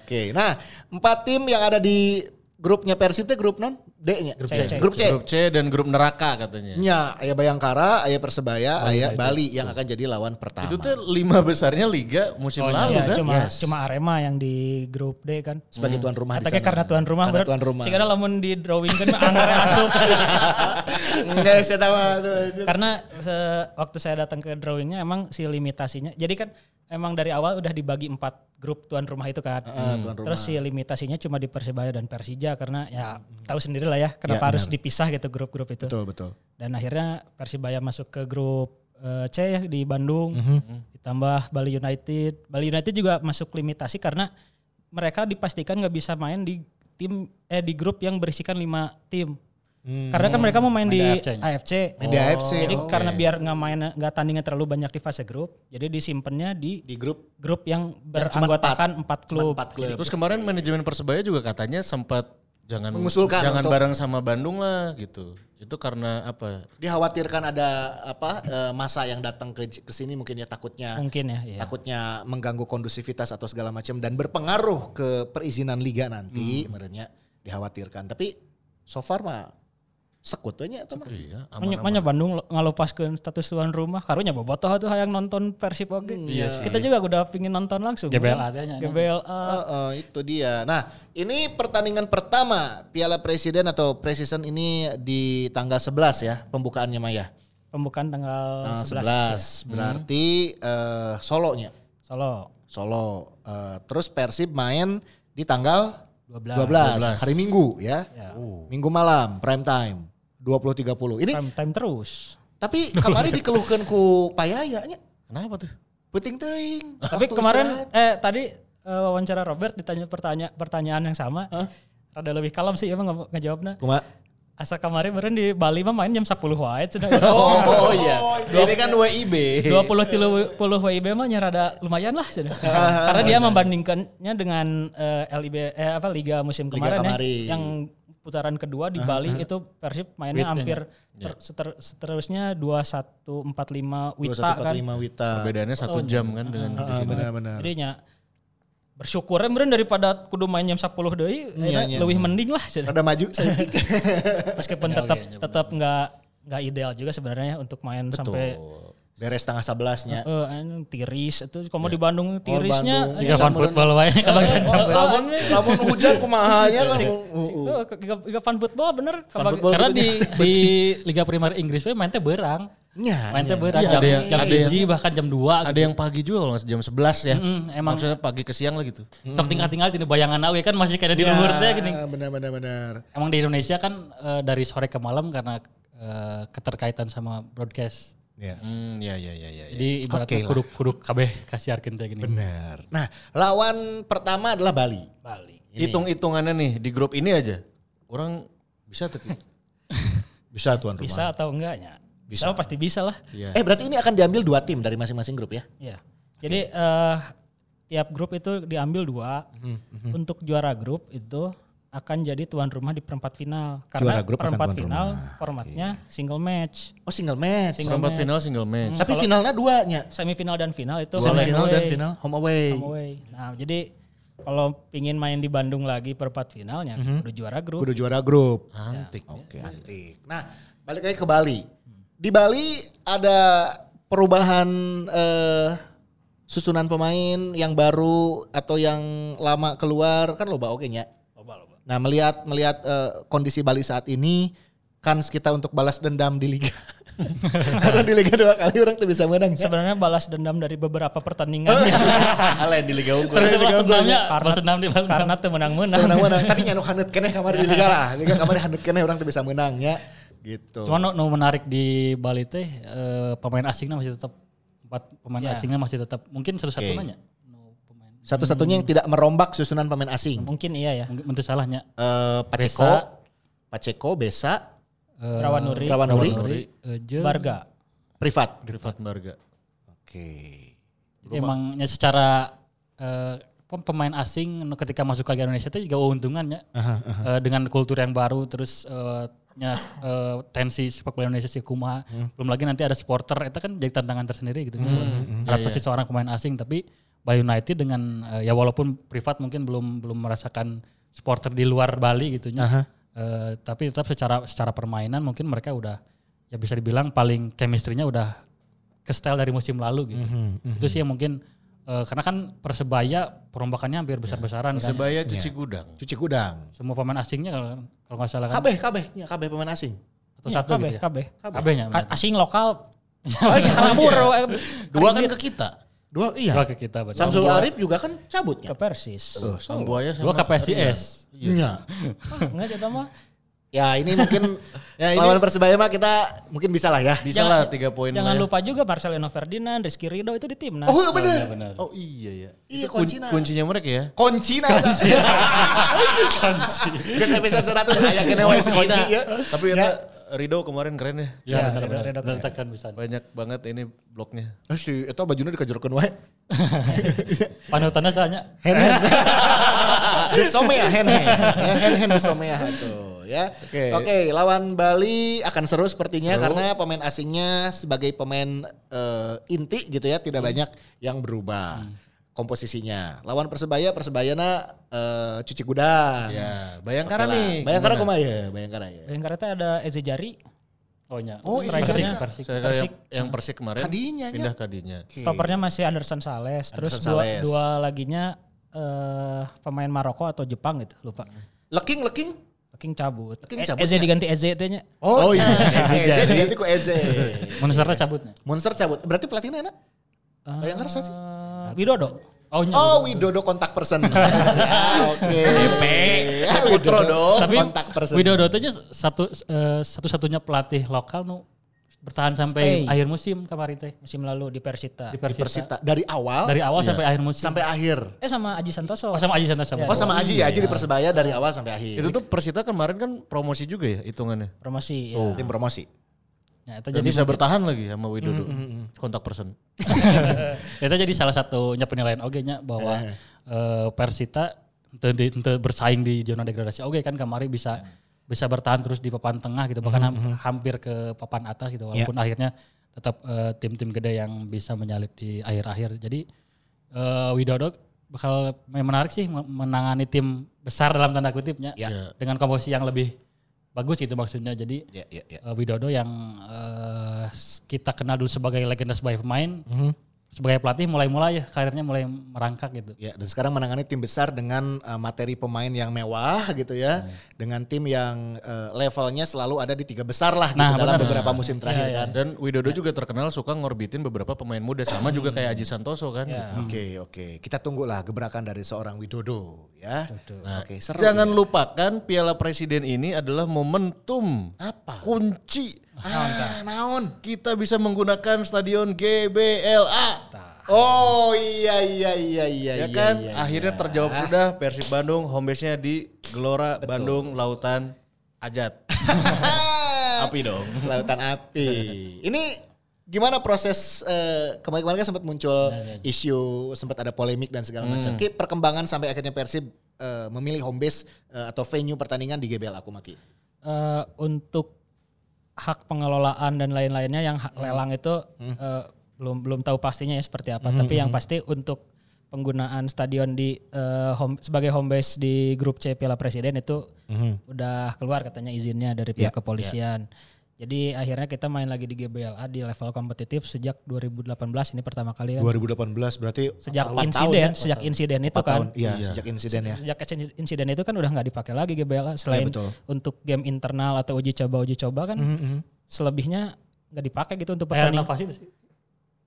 Oke. Nah, 4 tim yang ada di grupnya Persib teh grup non D-nya. Grup
C.
Grup C.
Grup C dan grup neraka katanya.
Nya, aya Bayangkara, aya Persebaya, aya Bali yang akan jadi lawan pertama.
Itu tuh lima besarnya liga musim lalu
Ya,
kan?
cuma cuma Arema yang di grup D kan.
sebagai tuan rumah di
Katanya
sana.
karena tuan rumah
Karena
bener.
tuan rumah.
Sih karena lamun di drawing kan mah anggar asup.
Enggak, saya tahu. aduh.
karena se- waktu saya datang ke drawingnya emang si limitasinya. Jadi kan emang dari awal udah dibagi empat grup tuan rumah itu kan.
Ah, tuan rumah. Hmm.
Terus si limitasinya cuma di Persebaya dan Persija karena ya tahu sendiri lah ya kenapa harus dipisah gitu grup-grup itu.
Betul, betul.
Dan akhirnya Persibaya masuk ke grup eh, C ya di
Mhm.
Bandung. Ditambah Bali United. Bali United juga masuk limitasi karena mereka dipastikan nggak bisa main di tim eh di grup yang berisikan lima tim.
Hmm.
Karena kan mereka mau main di
AFC-nya.
AFC.
Main di AFC,
Jadi
oke.
karena biar nggak main nggak tandingan terlalu banyak di fase grup, jadi disimpannya di
Di grup
grup yang
cuma
beranggotakan empat klub.
empat klub.
Iya. Terus kemarin manajemen Persebaya juga katanya sempat jangan
Mengusulkan
jangan
untuk-
bareng sama Bandung lah gitu. Itu karena apa?
dikhawatirkan ada apa eh, masa yang datang ke ke sini mungkin ya takutnya
Mungkin ya. iya.
takutnya mengganggu kondusivitas atau segala macam dan berpengaruh ke perizinan liga nanti
Hmm.
merenya dikhawatirkan tapi so far mah sekutunya atau mah
Iya,
Manya, manya Bandung lo- ngalupaskeun status tuan rumah karunya bobotoh tuh hayang nonton Persib oge.
Hmm, iya
Kita juga udah pingin nonton langsung.
GBLA tanya.
GBLA.
Heeh, itu dia nah ini pertandingan pertama Piala Presiden atau Precision ini di tanggal 11 ya pembukaannya Maya
Pembukaan tanggal
Tanggal 11
11.
berarti eh, solonya
Solo
Solo. Eh, terus Persib main di tanggal 12,
12.
hari Minggu ya.
Oh.
Uh. Minggu malam prime time 20.30. Ini
Prime time terus.
tapi kemarin dikeluhkan ku payayanya
Kenapa tuh?
puting teuing.
Tapi
Waktu
kemarin
istirahat.
eh tadi eh, wawancara Robert ditanya pertanya pertanyaan yang sama. Rada lebih kalem sih emang nge- ngejawabnya.
Kuma-
Asa kemarin kemarin di Bali mah main jam 10 wae cenah.
Oh, iya. Ini kan WIB.
iya.
20 tilu puluh WIB mah nya rada lumayan lah sudah. Karena dia membandingkannya dengan eh, LIB eh apa liga musim
Liga
kemarin, ya,
kemarin.
yang putaran kedua di Bali itu Persib mainnya hampir ter- seter- seterusnya 2145 Wita kan.
21.45 Wita.
Perbedaannya satu jam kan dengan di
Ah,
sini.
benar-benar.
Jadi nya bersyukurnya meureun daripada kudu main jam 10 deui,
Iya, iya.
akhirnya leuwih mending lah cenah.
Rada maju sedikit.
iya,
Meskipun tetap tetap nggak nggak ideal juga sebenarnya untuk main sampai
Oh.
Beres tengah 11-nya.
Eh, anu, tiris itu kamu di Bandung tirisnya
Bandung.
eh,
Jika fan football wae kabagian Iya. sampai.
Lamun lamun hujan
ya,
kumahanya kan. Uh, uh.
Oh, ke- ke- ke fan football bener.
Fan
Kabag-
football
karena
gitu
di
nih.
di Liga Primer Inggris we main teh berang.
Nya,
Main teh
nya.
berang
Iya,
jam
ada yang-
jam
ada yang-
hiji, bahkan jam 2
Ada yang pagi juga kalau nggak jam 11 ya.
emang.
Maksudnya pagi ke siang lah gitu.
sok tinggal-tinggal di bayangan oke kan masih kayak di
Ya,
luhur teh gini.
Benar-benar benar.
Emang di Indonesia kan eh, dari sore ke malam karena eh, keterkaitan sama broadcast.
Ya.
Hmm, ya ya ya ya. ya.
Jadi
Oke
ibaratnya
lah.
kuruk-kuruk kabeh kasiarkeun teh gini.
Benar. Nah, lawan pertama adalah Bali.
Bali.
hitung-hitungannya nih di grup ini aja. Orang bisa tuh. Ki?
Bisa tuan rumah.
Bisa atau enggaknya? Bisa, pasti bisa lah.
Iya.
Eh berarti ini akan diambil dua tim dari masing-masing grup ya?
Iya. Jadi eh, tiap grup itu diambil dua. Untuk juara grup itu akan jadi tuan rumah di perempat final.
Juara
Karena
grup akan
perempat
tuan
final formatnya single match.
Oh single match.
Single
Perempat
match.
final single match.
Tapi finalnya dua nya.
Semifinal dan final itu home and
Semifinal dan
away.
final home away.
Home away. Nah, jadi kalau pingin main di Bandung lagi perempat finalnya udah juara grup.
Kudu juara grup.
Antik.
Oke, antik. Nah, balik lagi ke Bali. Di Bali ada perubahan eh, susunan pemain yang baru atau yang lama keluar kan loba oke nya. Nah, melihat melihat eh, kondisi Bali saat ini kans kita untuk balas dendam di liga. Karena di liga dua kali orang tuh bisa menang. ya.
Sebenarnya balas dendam dari beberapa pertandingan.
Alain di Liga Unggul.
Terus balas dendamnya,
Karena-
balas dendam di balas dendam.
karena tuh menang-menang.
Menang-menang. Tapi nyanu hanet kene kamar di liga lah. Liga kamar hanet kene orang tuh bisa menang ya. Gitu.
Cuman nu- nu menarik di Bali teh eh, pemain asingnya masih tetap empat pemain
Ya.
asingnya masih tetap mungkin satu satu nanya. Nu pemain
Satu-satunya yang tidak merombak susunan pemain asing.
Mungkin iya ya.
mungkin menteri salahnya.
Eh, Pacheco,
Besa.
Pacheco, Besa,
Eh,
Rawan Nuri, Iya.
Rawanuri,
Nuri, eh, Je.
Barga.
Privat.
Privat Barga.
Oke.
Jadi emangnya secara eh, pem- pemain asing nu ketika masuk ke Liga Indonesia itu juga keuntungannya dengan kultur yang baru terus eh, nya, eh, tensi sepak bola Indonesia sih kumaha. Belum lagi nanti ada supporter itu kan jadi tantangan tersendiri gitu. Adaptasi seorang pemain asing tapi Bali United dengan eh, ya walaupun privat mungkin belum belum merasakan supporter di luar Bali gitu nya. Eh, tapi tetap secara secara permainan mungkin mereka udah ya bisa dibilang paling chemistry-nya udah ke style dari musim
Mhm.
lalu gitu. Itu sih yang mungkin eh, karena kan persebaya perombakannya
Iya.
hampir besar-besaran kan.
Sebaya cuci gudang.
Cuci gudang.
Semua pemain asingnya kalau kalau nggak salah kan
Kabeh, Iya, kabeh, ya, kabeh pemain asing.
atau satu
KB,
gitu ya.
KB.
KB-nya.
Iya, Ka- Asing lokal. Oh, iya, kabur.
Dua
Iya.
kan ke kita.
Dua
Dua
iya.
ke kita benar.
Samsul Arif juga kan cabut ya.
Ke Persis.
Oh, Sambuaya sama
Dua ke
ya.
PSIS.
Iya.
Enggak sih Tama.
Ya ini mungkin
Ya, ini-
lawan Persebaya mah kita mungkin bisa lah ya.
Bisa lah tiga poin.
Jangan
lah ya.
lupa juga Marcelino Ferdinand, Rizky Ridho itu di timnas.
Oh iya bener.
Benar.
Oh iya ya.
Iya,
Kun-
kuncinya.
kuncinya mereka ya.
Koncina. Geus episode 100 aya kene wae si Konci ya.
Tapi ya. Rido kemarin keren ya.
Iya,
Ya, benar benar. Letakkan bisa.
Banyak banget ini bloknya.
Eh, Si eta bajunya dikajerkeun wae.
Panutannya soalnya
Hand hand. the Somea hand hand. Ya, hand hand the Somea itu ya. Oke,
Oke.
lawan Bali akan seru sepertinya
Seru.
karena pemain asingnya sebagai pemain eh, inti gitu ya tidak banyak yang berubah komposisinya. Lawan Persebaya, Persebayana eh, cuci gudang.
Ya, Bayangkara
Oke lah.
nih.
Bayangkara
gimana?
kumaha ya? Bayangkara ya.
Bayangkara itu ada Eze Jari,
oh nya.
Oh, iya,
Persik,
iya.
Persik.
Saya kayak yang, yang Persik kemarin
Kadinya, nya.
pindah kadinya.
stopernya masih Anderson Sales, terus
Anderson
dua,
Sales.
dua laginya eh, pemain Maroko atau Jepang gitu, lupa.
Leking, leking.
King cabut.
Leking
E-
cabut
Eze
ya?
diganti Eze nya.
Oh, iya. Eze
jadi.
diganti ku Eze.
Monsternya cabutnya.
Monster cabut. Berarti pelatihnya enak. Bayangkara siapa sih?
Eh, Widodo.
Oh, nya.
Oh, Widodo kontak person. ya, oke. CP. Putro dong.
Tapi
oh, kontak person.
Widodo itu aja satu eh, satu-satunya pelatih lokal nu bertahan
Stay.
sampai akhir musim kemarin teh
Musim lalu di Persita.
Di
di
Persita
Persita.
dari awal
Dari awal sampai akhir
Oh. Iya.
musim.
sampai akhir.
Eh sama Aji Santoso.
Oh sama Aji Santoso.
Oh, sama Aji ya, Aji di
Iya.
Persebaya dari awal sampai akhir.
Itu tuh Persita kemarin kan promosi juga ya hitungannya.
Promosi.
Iya,
ya.
Oh.
tim promosi.
Ya, itu
Dan
jadi
bisa bertahan lagi ya sama Widodo.
Mm,
Kontak person.
itu jadi salah satunya penilaian oge nya bahwa eh, Persita teu di- teu bersaing di zona degradasi oke kan kemarin bisa bisa bertahan terus di papan tengah gitu bahkan ham- hampir ke papan atas gitu walaupun akhirnya tetap eh, tim-tim gede yang bisa menyalip di akhir-akhir jadi eh, Widodo bakal me- menarik sih me- menangani tim besar dalam tanda kutipnya
Ya.
dengan komposisi yang lebih bagus gitu maksudnya jadi
Ya, ya, ya.
Eh, Widodo yang eh, s- kita kenal dulu sebagai legenda sebagai pemain, sebagai pelatih mulai-mulai ya karirnya mulai merangkak gitu.
Ya, dan sekarang menangani tim besar dengan eh, materi pemain yang mewah gitu ya, dengan tim yang eh, levelnya selalu ada di tiga besar lah gitu
Nah,
dalam
benar. iya.
beberapa musim terakhir kan.
Dan Widodo juga terkenal suka ngorbitin beberapa pemain muda sama
Mm.
juga kayak Aji Santoso kan. gitu.
Hmm.
Oke, oke. Kita tunggulah gebrakan dari seorang Widodo ya.
Nah,
Oke, seru. ya.
Jangan lupakan Piala Presiden ini adalah momentum.
Apa?
Kunci.
Ah, naon.
Kita bisa menggunakan stadion GBLA.
Oh iya iya iya iya
Ya
iya,
kan,
iya,
Ah.
akhirnya
iya.
terjawab sudah Persib Bandung home base-nya di Gelora Bandung Lautan Ajat. Api dong.
Ah, Lautan api. Ini gimana proses eh, kemarin-kemarin kan sempat muncul
Nah,
isu, sempat ada polemik dan
Hmm.
segala macam. Ki perkembangan sampai akhirnya Persib eh, memilih home base eh, atau venue pertandingan di GBL aku maki.
eh, untuk hak pengelolaan dan lain-lainnya yang
Hmm.
hak lelang itu eh, belum belum tahu pastinya ya seperti apa.
Hmm,
Tapi yang pasti untuk penggunaan stadion di eh, home, sebagai home base di grup C Piala Presiden itu
Hmm.
udah keluar katanya izinnya dari
Ya,
pihak kepolisian. Jadi akhirnya kita main lagi di GBLA di level kompetitif sejak 2018 ini pertama kali kan.
2018 berarti
Sejak
Empat tahun
insiden,
ya,
sejak insiden itu kan.
tahun iya, sejak insiden ya.
Sejak insiden- insiden itu kan udah nggak dipakai lagi GBLA selain
Iya, betul. Mhm.
untuk game internal atau uji coba uji coba kan selebihnya nggak dipakai gitu untuk
Air
pertandingan.
inovasi itu sih.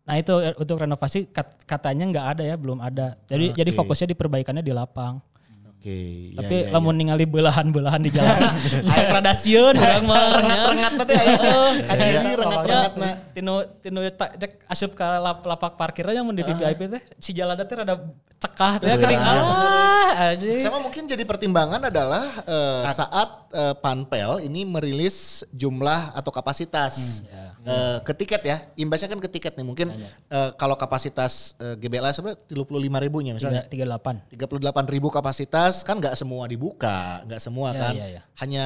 Nah itu eh, untuk renovasi kat- katanya nggak ada ya belum ada. Jadi jadi fokusnya di perbaikannya di lapang.
Oke. Ah, iya,
Tapi
iya, Iya.
lamun ningali belahan-belahan di jalan bisa gradasiun orang mah.
rengat nanti
Iya.
ya. Kaciri rengat-rengat
Rengatna. Tino tino ta- dek asup ke lap- lapak parkir aja
Ah.
mun di VIP teh si jalan teh rada cekah
Iya.
teh gering ah anjing.
Sama mungkin jadi pertimbangan adalah eh, saat eh, panpel ini merilis jumlah atau kapasitas Eh, ke tiket ya. Imbasnya kan ke tiket nih mungkin eh, kalau kapasitas eh, GBLA sebenarnya 35 ribunya
Iya.
misalnya.
38.
38 ribu kapasitas kan nggak semua dibuka, nggak semua
Ya,
kan.
ya, ya.
Hanya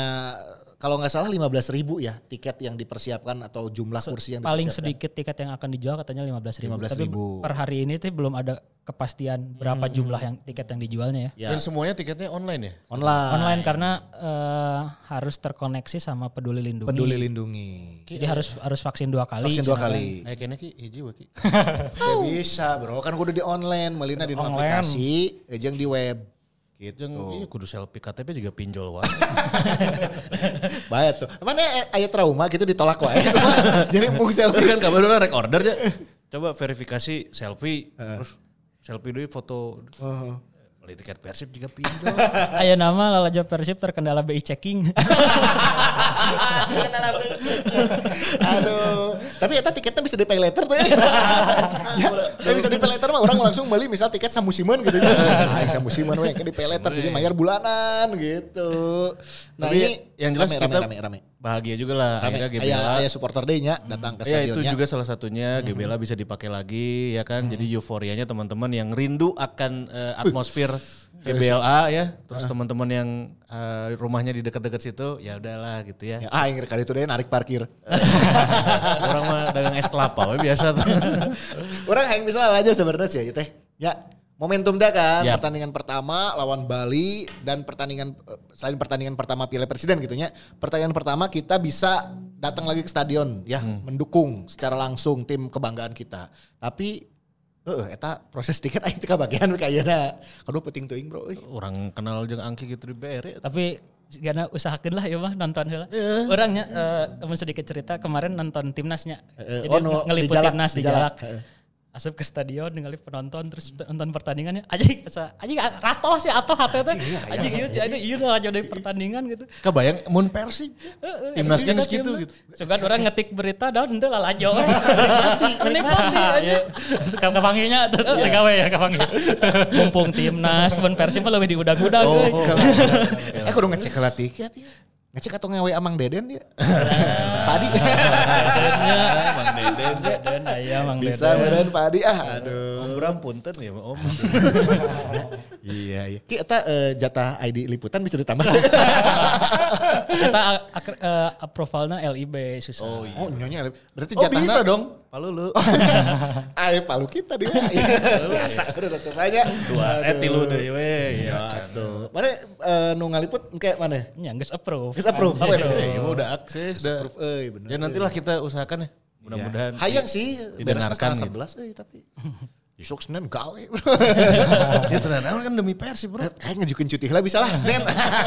kalau nggak salah 15 ribu ya tiket yang dipersiapkan atau jumlah kursi yang
paling
dipersiapkan.
sedikit tiket yang akan dijual katanya 15.000.
15.000.
Tapi per hari ini tuh belum ada kepastian berapa jumlah yang tiket yang dijualnya ya.
Hmm. Ya.
Dan semuanya tiketnya online ya?
Online,
Online karena eh, harus terkoneksi sama peduli lindungi.
peduli lindungi.
Jadi harus harus vaksin dua kali.
Vaksin dua kali.
Eh kayaknya ki hiji we, Ki.
Ya bisa bro, kan kudu di online, melina di
Online.
aplikasi, jeung di web. Gitu.
Jeung ieu iya, kudu selfie KTP juga pinjol wae.
Baik tuh. Mana eh, aya trauma gitu ditolak wae. Jadi mung
Tapi kan
selfie.
kabar orang rek order ya. Coba verifikasi selfie
Eh.
terus selfie dulu foto
Oh.
beli tiket Persib juga pinjol.
Ayo nama Lalajo Persib terkendala BI checking.
Aduh. Tapi eta tiketnya bisa di pay later tuh.
Iya.
ya, ya bisa di pay later mah orang langsung beli misal tiket samusiman gitu ya. Aing samusiman we kan di pay later jadi mayar bulanan gitu. Nah,
Tapi
ini
yang jelas
rame,
kita
rame rame rame.
bahagia juga lah akhirnya
Rame.
GBLA.
Aya aya supporter day-nya datang ke
Ya itu
stadionnya. Mm-hmm.
juga salah satunya GBLA bisa dipakai lagi ya kan. Jadi euforianya teman-teman yang rindu akan eh, atmosfer GBLA ya. Terus
Ah.
teman-teman yang eh, rumahnya di dekat-dekat situ ya udahlah gitu ya.
Ya, ah, yang kali itu deh narik parkir.
Orang mah dagang es kelapa we, biasa tuh.
Orang yang misalnya aja sebenarnya sih ya teh. Ya momentum dah kan
Yap.
pertandingan pertama lawan Bali dan pertandingan eh, selain pertandingan pertama Piala Presiden gitu ya. Pertandingan pertama kita bisa datang lagi ke stadion ya mendukung secara langsung tim kebanggaan kita. Tapi heeh eta proses tiket aing teu kabagian kayaknya. Aduh penting teuing bro.
Oh.
euy.
Orang kenal jeung Angki gitu di BRI.
Tapi karena usahakan lah ya mah nonton heula. Orangnya eh, temen sedikit cerita kemarin nonton timnasnya.
Eh, eh,
Jadi
oh, no, di
ngeliput
Jalak,
timnas di
di Jalak.
Jalak.
Eh.
Asup ke stadion ngeliput penonton terus nonton pertandingannya. Anjing asa anjing rasto sih atau hate teh. Anjing ieu jadi ieu iya, aja dari pertandingan gitu.
Kebayang mun Persib. Timnas
Iya,
geus
timnas.
gitu gitu.
Sugan orang ngetik berita dan henteu lalajo. Menikmati. Eh,
Ya, ka- Kapanginya tuh TKW ya kapangi.
Mumpung timnas, mun Persib mah leuwih diudang-udang.
Oh,
euy.
kalau, eh kudu ngecek heula tiket ya. Ngecek atau ngewe Amang Deden dia. Padi.
Denya.
Bang Deden.
Deden aya Mang
ya.
Bisa
Deden.
beneran Pak Adi ah aduh.
Om Bram punten ya Om.
Iya iya. Ki eta eh, jatah ID liputan bisa ditambah.
Kita uh, approvalnya LIB susah.
oh nyonya berarti
iya. Oh
jatahna.
bisa dong. Palu lu.
Ayo palu kita di Biasa udah dokter banyak.
Dua eh tilu deui we. Ya.
Tuh. Mana eh, nu ngaliput kayak mana?
Ya, nggak approve.
Geus Oh. approve.
Nggak
Waduh.
Ya mah udah akses udah.
Proof euy E, iya, bener.
Ya nantilah kita usahakan ya. Mudah-mudahan.
Hayang sih beresnya
didengarkan
setengah
gitu.
sebelas euy tapi. Besok Senin gawe.
ya tenang naon kan demi Persib, Bro.
Kayak ngajukin cuti lah bisa lah Senin.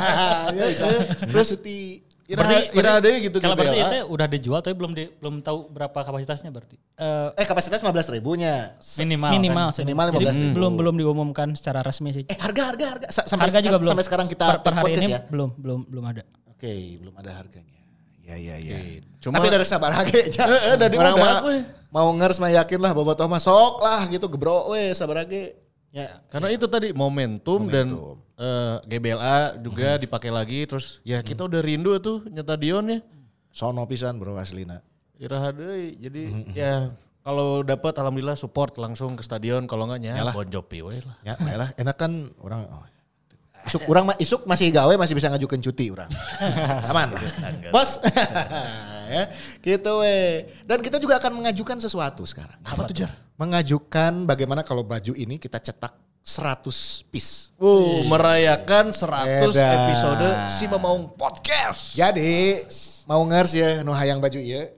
Ya bisa. Terus cuti.
Ira ira ada gitu
Kalau berarti
GBLA.
itu udah dijual tapi belum di- belum tahu berapa kapasitasnya berarti.
Eh,
Eh kapasitas 15 ribunya.
Minimal.
minimal
kan?
sih.
Minimal
Jadi hmm,
15.000.
belum belum diumumkan secara resmi sih.
Eh harga harga harga Sa- sampai
Harga juga
sekarang-
belum.
sampai sekarang kita
per, per
take
hari
podcast ya?
ini belum belum belum ada.
Oke, belum ada harganya. Ya ya ya.
Cuma-
Tapi dari sabar harga aja.
Eh, eh, dari
Orang
udah,
mah
weh.
mau ngers mah yakin lah Bobotoh mah sok lah gitu gebro we sabar lagi. Ya.
Karena itu tadi momentum, Mm-hmm. dan eh, GBLA juga dipakai lagi terus ya kita udah rindu tuh nyata Dion ya.
Sono pisan bro aslina.
Iraha deui. Jadi ya kalau dapat alhamdulillah support langsung ke stadion kalau enggak nya Bon Jovi we lah.
Ya, lah enak kan orang oh. Isuk urang mah isuk masih gawe masih bisa ngajukan cuti urang. Aman. Bos. ya, gitu we. Dan kita juga akan mengajukan sesuatu sekarang. Apa tuh, Jar? Mengajukan bagaimana kalau baju ini kita cetak 100 piece.
Uh, merayakan 100
Edan.
episode Si Mamaung Podcast.
Jadi mau ngers ya nu hayang baju ya.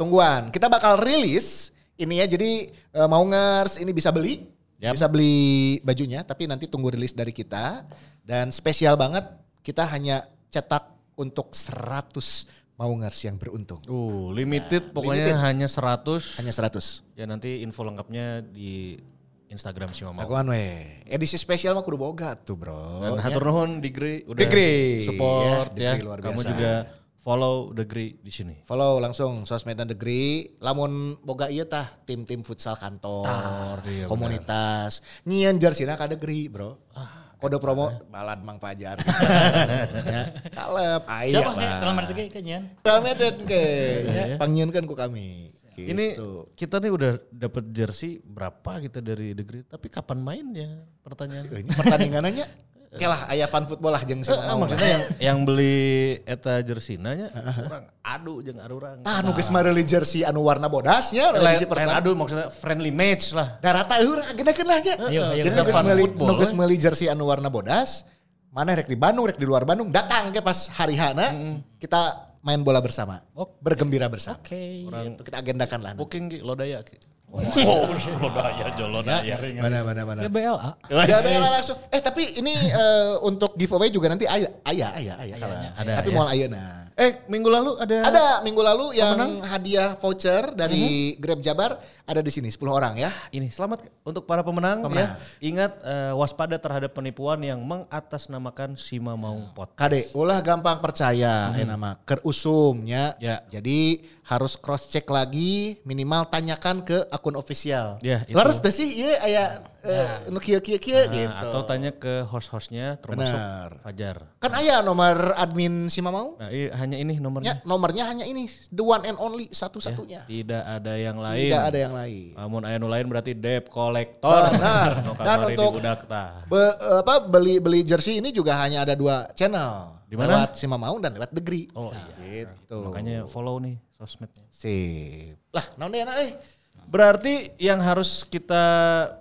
Tungguan. Kita bakal rilis ini ya. Jadi eh, mau ngers ini bisa beli.
Yap.
Bisa beli bajunya tapi nanti tunggu rilis dari kita dan spesial banget kita hanya cetak untuk 100 mau ngers yang beruntung.
Uh, limited pokoknya
limited.
hanya 100.
Hanya 100.
Ya nanti info lengkapnya di Instagram si Mamaung.
Aku anu we. Edisi spesial mah kudu boga
Dan
tuh, Bro. Ya.
hatur nuhun Ya. Digri udah
Digri.
support
Ya,
ya.
Digri luar
Kamu
biasa.
juga follow Digri di sini.
Follow langsung sosmedan Degree, lamun boga ieu tah tim-tim futsal kantor,
iya,
komunitas, nyian jersina ka Degree, Bro.
Ah,
Kode promo balad Mang Pajar. ya, kalep aya
Siapa sih dalam
lah.
arti kayak nyian? Iya.
Real Madrid ke, ya, pangyunkeun ku kami. Gitu.
Ini kita nih udah dapat jersey berapa kita dari Degree, tapi kapan mainnya? Pertanyaan.
Eh, ini pertandingannya kelah aya fan football lah jeung
Eh,
si
Ah,
Mamau.
maksudnya yang yang beli eta jersey nanya orang adu jeung adu orang.
Tah nu geus mareuli jersey anu warna bodasnya
Ah, Lain
edisi
lain
pertama.
adu maksudnya friendly match lah.
Darata eueuh agenakeun eh, lah nya.
Ayo, ayo,
Jadi
udah
geus
fan
meuli
football,
nu geus
eh.
meuli jersey anu warna bodas, mana rek di Bandung, rek di luar Bandung, datang ke pas hari hana kita main bola bersama.
Oke.
Bergembira bersama.
Oke.
Itu kita agendakan lah.
Booking Ki, lodaya Ki. Oh,
Mana mana mana.
BLA.
Ya, udah, lah, langsung. Eh tapi ini eh, untuk giveaway juga nanti aya aya aya aya. Ada. Tapi moal ayeuna.
Eh, minggu lalu ada
Ada minggu lalu yang hadiah voucher dari Grab Jabar ada di sini 10 orang ya.
ini selamat untuk para pemenang,
Pemenang.
ya. Ingat eh, waspada terhadap penipuan yang mengatasnamakan Sima Maung Pot.
Kade, ulah gampang percaya eh nama kerusumnya.
Hmm. Ya.
Jadi harus cross check lagi, minimal tanyakan ke akun official.
Ya, itu.
Leres deh sih ieu aya eh, nu kieu kieu kieu
Nah,
gitu.
Atau tanya ke host-hostnya termasuk
Benar.
Fajar.
Kan aya nomor admin si Mamau.
Nah, i- hanya ini
Ya,
nomornya.
nomornya hanya ini, the one and only satu-satunya.
Tidak ada yang lain.
Tidak ada yang lain.
Namun aya nu lain berarti debt collector.
Benar.
Nu
Dan
kamari
untuk
dibudak tah.
be- apa beli beli jersey ini juga hanya ada dua channel.
Di mana?
Lewat si Mamau dan lewat Degree. Oh iya. Gitu.
Makanya follow nih sosmednya.
Sip. Lah, naon eh? deui anak euy?
Berarti yang harus kita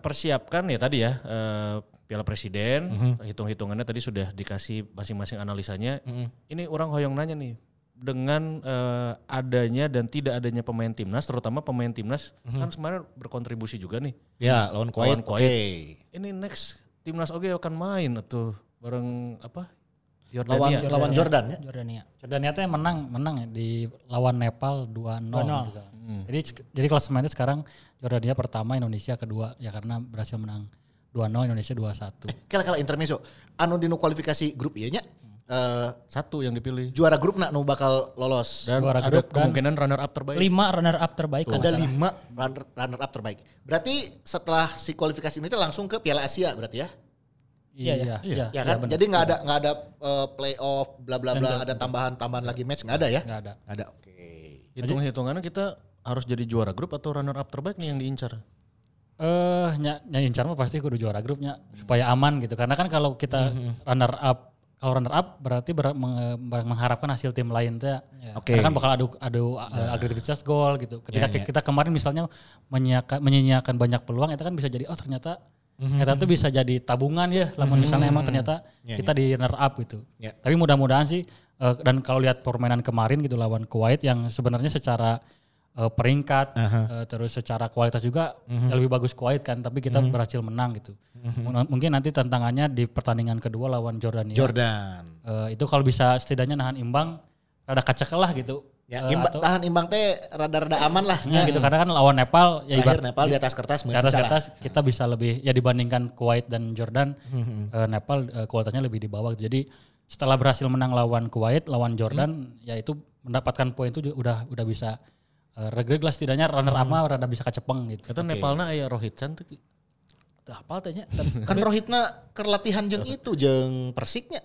persiapkan ya tadi ya eh, Piala Presiden, hitung-hitungannya tadi sudah dikasih masing-masing analisanya. Ini orang hoyong nanya nih dengan eh, adanya dan tidak adanya pemain timnas, terutama pemain timnas kan kemarin berkontribusi juga nih.
Ya, lawan
Kuwait,
Kuwait.
Kuwait. Ini next timnas oke akan main atau bareng apa?
Lawan
Yordania.
lawan Jordan ya.
Jordania.
Jordania tuh yang menang menang ya di lawan Nepal 2-0. kalau tidak salah. Jadi jadi klasemennya sekarang Jordania pertama, Indonesia kedua ya karena berhasil menang 2-0, Indonesia 2-1.
Kala kala intermezzo. Anu dinu kualifikasi grup ieu nya eh,
Satu yang dipilih.
juara grup nak nu bakal lolos.
Dan
Juara
ada
grup kan? dan-
kemungkinan runner up terbaik.
Lima runner up terbaik
Ada
kalau nggak salah.
lima runner, runner up terbaik. Berarti setelah si kualifikasi ini teh langsung ke Piala Asia berarti ya.
Iya, iya, iya.
Ya kan? Jadi nggak ada nggak ada eh, playoff bla bla bla ada tambahan-tambahan lagi match nggak ada ya?
Enggak ada.
Nggak ada. Oke.
Hitung-hitungannya kita harus jadi juara grup atau runner up terbaik nih yang diincar.
Eh, ny nyanyiin mah pasti kudu juara grupnya supaya aman gitu. Karena kan kalau kita runner up, kalau runner up berarti ber- menge- ber- mengharapkan hasil tim lain tuh. ya.
Oke.
Karena kan bakal adu adu eh, agresivitas gol gitu. Ketika ki- kita kemarin misalnya menyiakan, menyanyiakan banyak peluang itu kan bisa jadi oh ternyata ternyata itu bisa jadi tabungan ya. Namun misalnya emang ternyata kita di runner up gitu.
Ya.
Tapi mudah-mudahan sih eh, dan kalau lihat permainan kemarin gitu lawan Kuwait yang sebenarnya secara eh, peringkat eh, terus secara kualitas juga ya lebih bagus Kuwait kan tapi kita berhasil menang gitu. Mun- Mungkin nanti tantangannya di pertandingan kedua lawan Jordania.
Jordan.
Eh, itu kalau bisa setidaknya nahan imbang ada kaca kalah gitu.
Ya,
Eh,
imba-
atau-
tahan imbang teh rada-rada aman lah.
Ya,
Ya.
gitu karena kan lawan Nepal ya
Terakhir
ibarat-
Nepal di atas kertas
di
mungkin
atas
bisa lah.
kertas kita bisa lebih ya dibandingkan Kuwait dan Jordan
Hmm. Mhm.
eh, Nepal eh, kualitasnya lebih di bawah gitu. jadi setelah
Hmm.
berhasil menang lawan Kuwait lawan Jordan ya itu mendapatkan poin itu ju- udah udah bisa eh, reg-reg lah setidaknya runner
Hmm.
up mah rada bisa kecepeng gitu.
Eta Nepalna aya Rohit Chan teh.
Teu hafal teh nya.
Kan Rohitna kerlatihan jeung itu jeung Persiknya.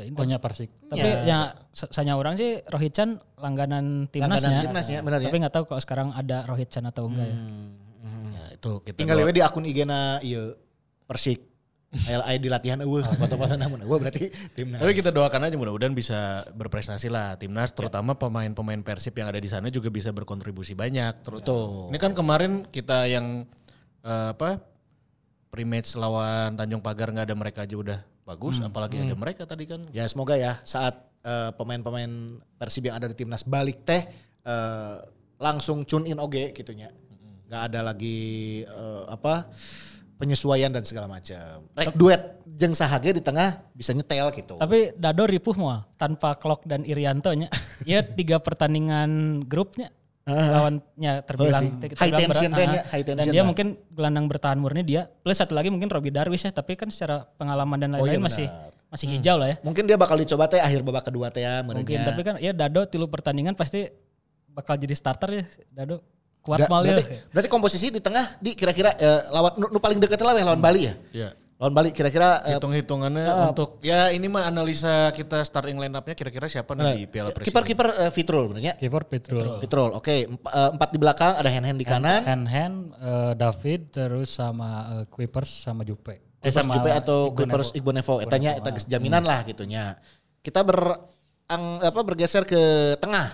Pokoknya Persik.
Tapi ya sa- sanya orang sih Rohit Chan langganan timnas
Langganan
ya.
timnas ya, benar ya. Hmm,
Tapi nggak tahu kalau sekarang ada Rohit Chan atau enggak ya.
Ya, itu kita
Tinggal
doa.
lewe di akun IG-na ieu iya, Persik. Aya di latihan eueuh, Oh, foto-foto namun eueuh berarti timnas.
Tapi kita doakan aja mudah-mudahan bisa berprestasi lah timnas, terutama pemain-pemain Persib yang ada di sana juga bisa berkontribusi banyak. Terus
Ya.
ini kan kemarin kita yang eh, apa pre-match lawan Tanjung Pagar nggak ada mereka aja udah bagus,
Hmm.
apalagi ada mereka tadi kan.
Ya semoga ya saat eh, pemain-pemain Persib yang ada di timnas balik teh eh, langsung tune in oge gitunya. Gak ada lagi eh, apa penyesuaian dan segala macam. Rek duet jeung sahage di tengah bisa nyetel gitu.
Tapi Dado ripuh moal tanpa Klok dan Irianto nya. Iya tiga pertandingan grupnya lawannya
Ah. Iya Oh, sih.
terbilang, ter-
High
terbilang
tension
berat.
teh nya,
Ah,
high
dan
tension
dia
lah.
mungkin gelandang bertahan murni dia plus satu lagi mungkin Robi Darwis ya tapi kan secara pengalaman dan
Oh, iya
lain-lain masih
benar. Hmm.
masih hijau lah ya
Mungkin dia bakal dicoba teh akhir babak kedua teh ya meureunnya.
mungkin tapi kan ya Dado tilu pertandingan pasti bakal jadi starter ya Dado kuat
Nggak,
mal ya
berarti, berarti komposisi di tengah di kira-kira eh, lawan nu, nu paling deket lah weh, lawan Bali ya.
Ya.
Lawan Bali kira-kira eh,
Hitung-hitungannya untuk ya ini mah analisa kita starting line up-nya kira-kira siapa nih di Piala Presiden.
kiper-kiper eh, Fitrul benernya.
Kiper Pedro.
Fitrul. Oke, Emp- eh, empat di belakang ada hand-hand di kanan.
Hand hand eh, David terus sama eh, Kuipers sama Jupe. Eh
Kuipers
sama
Jupe atau
Igbo
Kuipers
Nevo.
Igbo Nevo. Etanya eta geus jaminan lah gitunya. Kita ber ang- apa bergeser ke tengah.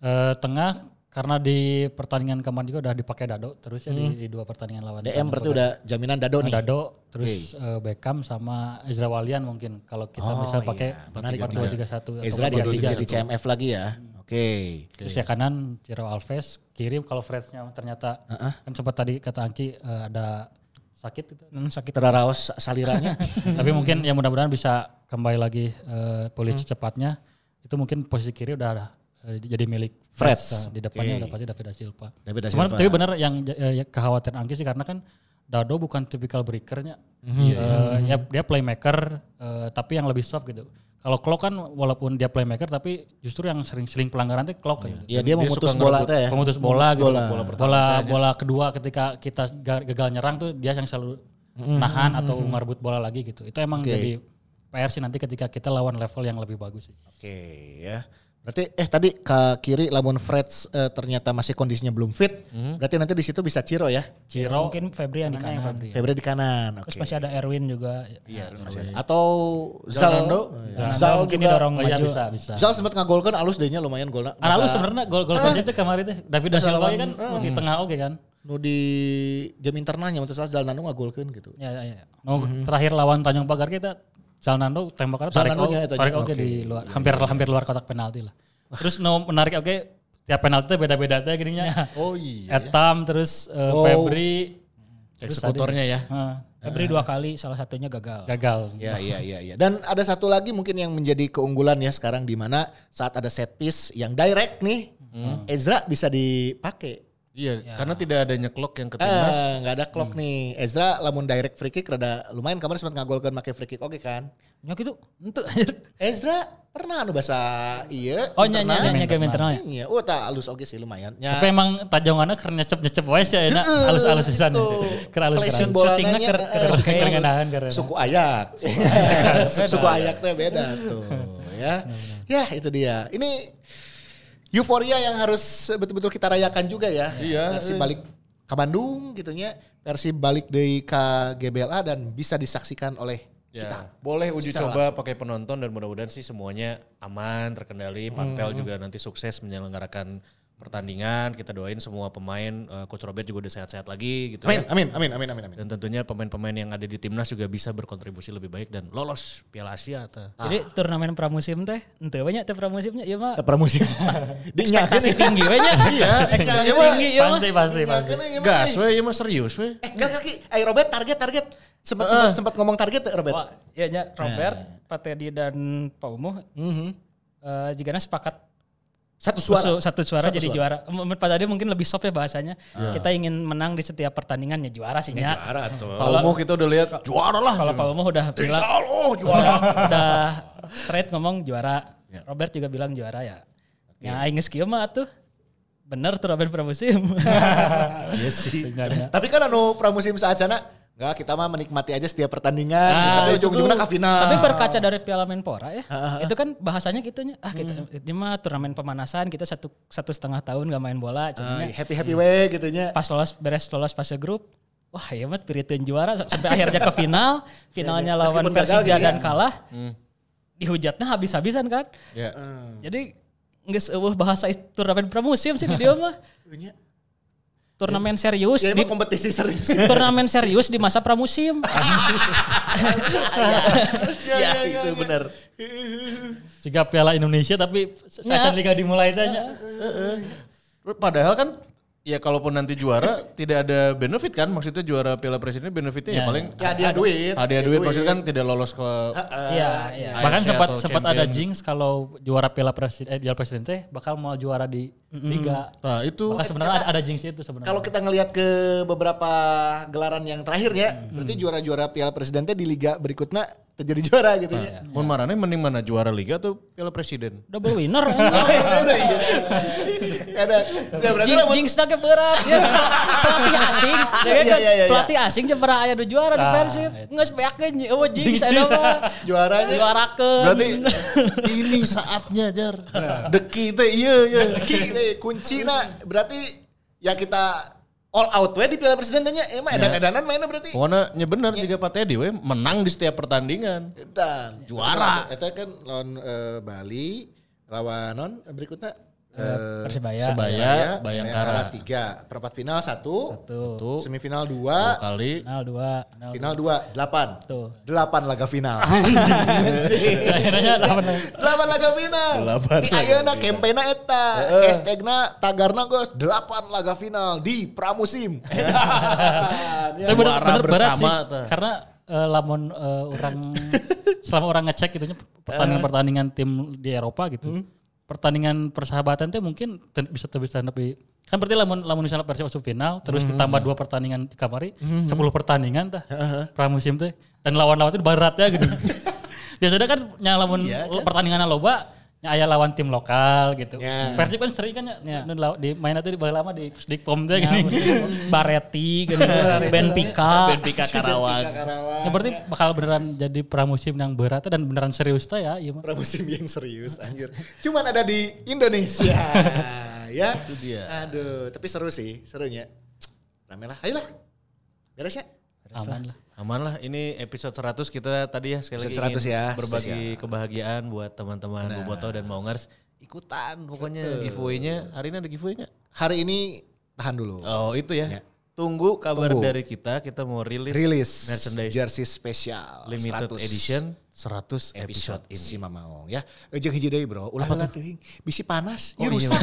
Eh, tengah karena di pertandingan kemarin juga udah dipakai Dado terus ya di, di dua pertandingan lawan
Hmm. DM
Tanjung
berarti
Pagar.
udah jaminan Dado nih.
Dado terus eh, Beckham sama Ezra Walian mungkin kalau kita
Oh,
bisa pakai
iya. Menarik,
4-2-3-1 atau
Ezra jadi,
4-2-3-1.
jadi CMF lagi ya. Oke.
Terus ya kanan Ciro Alves, kiri kalau Frednya ternyata kan sempat tadi kata Angki eh, ada sakit gitu.
Hmm, sakit
Teraraos salirannya.
Tapi mungkin ya mudah-mudahan bisa kembali lagi eh, pulih
Hmm.
secepatnya. Itu mungkin posisi kiri udah ada, eh, jadi milik
Freds.
Nah, di depannya
Oke.
udah pasti David da Silva.
David da
Cuman
Silva.
tapi benar yang eh, ya, kekhawatiran Angki sih karena kan Dado bukan tipikal breakernya. Eh, ya dia playmaker eh, tapi yang lebih soft gitu. Kalau Klok kan walaupun dia playmaker tapi justru yang sering-sering pelanggaran itu Klok gitu.
ya
Dia
dia memutus
suka
bola
ngerebut
teh ya.
Pemutus bola gitu.
bola.
Bola bola, bola kedua ketika kita ga- gagal nyerang tuh dia yang selalu nahan atau ngerebut bola lagi gitu. Itu emang jadi PR sih nanti ketika kita lawan level yang lebih bagus sih.
Oke ya. Berarti eh tadi ke kiri lamun Freds eh, ternyata masih kondisinya belum fit. Berarti nanti di situ bisa Ciro ya.
Ciro
mungkin Febri yang di
Mana yang
kanan
Febri?
Febri di kanan.
terus
Oke.
masih ada Erwin juga
Iya, atau Zal,
Zalando.
Zal,
Zal mungkin
juga.
didorong
Oh iya,
maju
bisa bisa.
Zal sempat ngagolkan alus dehnya lumayan golna.
Anak lu
Masa
sebenarnya gol-gol konsepnya kemarin tuh David da Silva kan di tengah oke kan.
Nu di game internalnya untuk Zal Zal Nanu ngagolkan gitu.
ya, ya, ya.
No, terakhir lawan Tanjung Pagar kita Zalnando tembakannya tarik
Zalnando
oke,
nya itu aja.
tarik oke di luar hampir hampir luar kotak penalti lah. Terus no menarik oke tiap penalti beda-beda teh gininya.
Oh iya.
Etam terus eh,
Oh.
Febri
Eksekutornya ya.
eh,
Febri dua kali salah satunya gagal
gagal.
Ya, iya, iya, iya. Dan ada satu lagi mungkin yang menjadi keunggulan ya sekarang di mana saat ada set piece yang direct nih, Ezra bisa dipakai.
Iya,
Ya.
karena tidak adanya clock yang ke timnas.
Eh, nggak ada
Hmm.
clock nih. Ezra lamun direct free kick rada lumayan kemarin sempat ngagolkan make free kick oke kan.
nyok itu untuk
Ezra pernah anu bahasa iya.
oh nya nya nya
internal.
game internal ya
Iya, oh tak halus oke sih lumayan. Nya-
Tapi emang tajongannya keren nyecep-nyecep wae sih ya, enak halus-halus pisan. Keren halus
Collection
keren.
bolanya
Shootingnya
nya,
keren
eh,
keren
suku-
keren nahan keren.
suku ayak suku ayak teh beda tuh ya ya itu dia ini euforia yang harus betul-betul kita rayakan juga ya
Iya.
Persib balik ke Bandung gitunya Persib balik dari ke GBLA dan bisa disaksikan oleh
Ya,
kita
boleh uji coba pakai penonton dan mudah-mudahan sih semuanya aman, terkendali. Panpel juga nanti sukses menyelenggarakan pertandingan. Kita doain semua pemain, eh, Coach Robert juga udah sehat-sehat lagi gitu.
amin
ya.
amin amin amin amin amin
Dan tentunya pemain-pemain yang ada di timnas juga bisa berkontribusi lebih baik dan lolos Piala Asia atau
jadi turnamen pramusim teh ente banyak teh pramusimnya ya
Ah.
mah
Iya,
pramusim
ekspektasi tinggi banyak iya ekspektasi tinggi ya mah
Pasti pasti pasti.
Gas, weh, ieu mah serius, weh.
Iya, eh kan kaki eh Robert target target
Ah.
sempat sempat sempat ngomong target eh, Robert
Wah, ya nya Robert Pak Teddy dan Pak Umuh
Mhm.
eh jigana sepakat
satu
suara.
suara
satu suara
Satu
jadi
suara.
juara menurut Pak Teddy mungkin lebih soft ya bahasanya kita ingin menang di setiap pertandingannya juara sih nya
Kalau mau kita udah lihat juara lah.
Kalau Pak Umuh udah bilang
Allah
udah, udah Iya. straight ngomong juara. Robert juga bilang juara ya. Ya aing geus kieu mah tuh. benar turnamen pramusim.
Iya sih.
Dengarnya.
Tapi kan anu pramusim saacana enggak kita mah menikmati aja setiap pertandingan.
Ah,
tapi
itu
ujung-ujungnya
tuh.
ke final.
Tapi berkaca dari Piala Menpora ya,
Ah,
itu kan bahasanya gitunya. Ah
Hmm.
kita ini mah turnamen pemanasan kita satu satu setengah tahun gak main
Ah,
bola.
Iya.
jadinya
happy happy way gitu nya.
pas lolos beres lolos fase grup, wah ya mah piriteun juara sampai akhirnya ke final, finalnya lawan
Iya, Meskipun gagal
Persija
gitu ya.
dan kalah. Dihujatnya habis-habisan kan.
Ya.
Hmm.
Jadi nggak seueuh bahasa is- turnamen pramusim sih di dia mah. Turnamen serius
Ya Iya,
di
emang kompetisi serius.
turnamen serius di masa pramusim.
Iya,
ya, itu benar.
Jika Piala Indonesia tapi saat liga dimulai tanya.
Padahal kan ya kalaupun nanti juara tidak ada benefit kan maksudnya juara Piala Presiden benefitnya ya,
Ya,
paling
Ya dia duit. Eh,
hadiah duit maksudnya kan tidak lolos ke
Iya, iya.
Bahkan
AFC
sempat
atau
sempat
champion.
ada jinx kalau juara Piala Presiden eh, Piala Presiden teh bakal mau juara di liga.
Nah, itu
Maka sebenarnya ada, ada jinx itu sebenarnya.
Kalau kita ngelihat ke beberapa gelaran yang terakhir ya,
Hmm.
berarti juara-juara Piala Presiden teh di liga berikutnya terjadi juara gitu
Oh,
ya.
iya.
mun marane mending mana juara liga atau Piala Presiden?
Double winner.
Udah iya. Ada. Ya berarti lah buat-
Jing Jinx nake berat. ya. Pelatih asing. ya kan?
Iya, iya, iya.
Pelatih asing jeung pernah aya nu juara di
Ah,
Persib.
itu.
Nges beakeun eueuh Jinx aya mah.
juaranya
Juarakeun.
Berarti ini saatnya Jar.
Nah.
Deki teh iya ya.
Ki- kunci nah berarti yang kita all out we di Piala Presiden tanya emang
Iya.
edan-edanan mainnya berarti.
Pokoknya nya bener jika Pak Teddy we menang di setiap pertandingan.
Dan
Juara.
Eta kan lawan eh, Bali, lawan non berikutnya eh,
Persibaya.
Sebaya,
Bayangkara
Bayangkara
tiga, perempat final satu,
Tuh.
satu
semifinal dua,
kali
Final Gitu. dua. Final
final dua, delapan,
Tuh.
delapan laga final.
akhirnya lawan
delapan laga final. Eh,
Delapan
di
laga
ayeuna campaign eta, hashtagna tagarna geus delapan laga final di pramusim. Edan.
Juara
Tapi bener, bener Iya, berat
Iya, bersama
sih.
tuh.
Karena eh, lamun eh, orang selama orang ngecek gitunya pertandingan-pertandingan tim di Eropa gitu.
Hmm.
Pertandingan persahabatan teh mungkin ten- bisa bisa tapi kan berarti lamun lamun misalnya Persib masuk final
Hmm.
terus ditambah dua pertandingan di kamari 10 pertandingan tah pramusim teh dan lawan-lawan itu baratnya gitu. Biasanya kan nya lamun
Iya,
pertandingan loba nya aya lawan tim lokal gitu.
Ya.
Persib kan sering kan nya nu law- di main itu di bala lama di Pusdikpom
Ya,
teh gini.
Baretti, gini, Ben Pika.
Benfica Karawang.
Karawang.
Ya berarti bakal beneran jadi pramusim yang berat dan beneran serius teh ya, iya mah.
pramusim yang serius anjir. Cuman ada di Indonesia. ya. Itu
dia.
Aduh, tapi seru sih, serunya. Rame lah, ayolah. Beres ya?
Aman lah.
Aman lah, ini episode 100 kita tadi ya sekali lagi
Episode 100
ingin
ya,
berbagi kebahagiaan buat teman-teman Boboto dan Maungers. Ikutan pokoknya giveaway-nya. Hari ini ada giveaway nggak?
Hari ini tahan dulu.
Oh itu ya. Tunggu kabar
Tunggu.
dari kita, kita mau rilis,
Rilis
merchandise
jersey spesial
limited
100
edition 100 episode
episode
ini.
si Mamaong ya. Ejeng hiji deui bro, ulah banget teuing. Bisi panas, ieu
Oh, iya,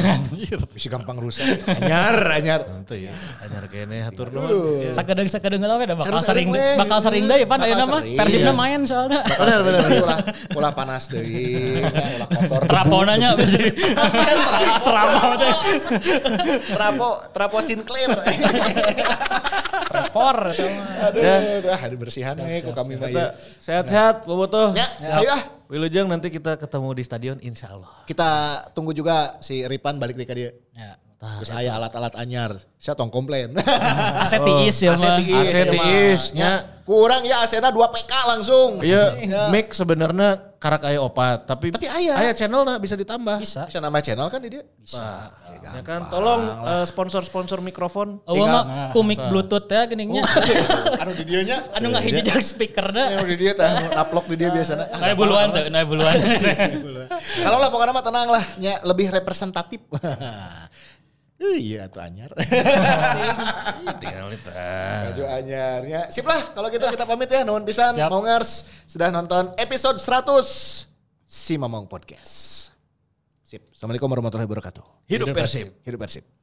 rusak. Bisi gampang rusak. Anyar, anyar.
Tentu ya, anyar kene hatur
Aduh.
nuhun.
Sakedeung sakedeung lah we, dah bakal
Sakedeung
sering
we.
bakal sering deh pan
Bakal
ayeuna mah.
sering.
Persibna
Iya.
main soalnya.
Benar, benar. Ulah, ulah panas deui, ya, ulah kotor.
Traponanya Trapon teh.
Trapo, trapo Sinclair.
Trapor eta mah.
Aduh, aduh, aduh bersihan we kok kami mah ieu.
Kita Sehat-sehat Boboto.
Ya, ayo ah.
Wilujeng nanti kita ketemu di stadion insya Allah.
Kita tunggu juga si Ripan balik nih ke dia.
Ya.
Terus aya alat-alat anyar. Saya tong komplain.
Aset tiis ya mah.
tiis,
Ah, Aset
ya, mah.
tiis, nya.
Kurang ya Asena 2 PK langsung.
Iya, Mic sebenarnya karak aya opat, tapi
Tapi aya.
aya channelna bisa ditambah.
Bisa.
Bisa nama channel kan di dia? Bisa.
Ya kan, tolong eh, sponsor-sponsor mikrofon.
Eueuh mah kumik bluetooth ya geningnya.
Anu di dieu nya.
Anu ngahiji jeung speakerna.
Anu di dia tah anu naplok di dia biasanya. Ah,
Nah, buluan tuh, nah buluan.
Kalau lah pokoknya mah tenang lah, nya lebih representatif. Eh, Iya tuh anyar. Baju anyarnya. Sip lah kalau gitu kita pamit ya. Nuhun pisan
Siap.
Maungers sudah nonton episode 100 Si Mamong Podcast. Sip. Assalamualaikum warahmatullahi wabarakatuh.
Hidup Persib.
Hidup Persib.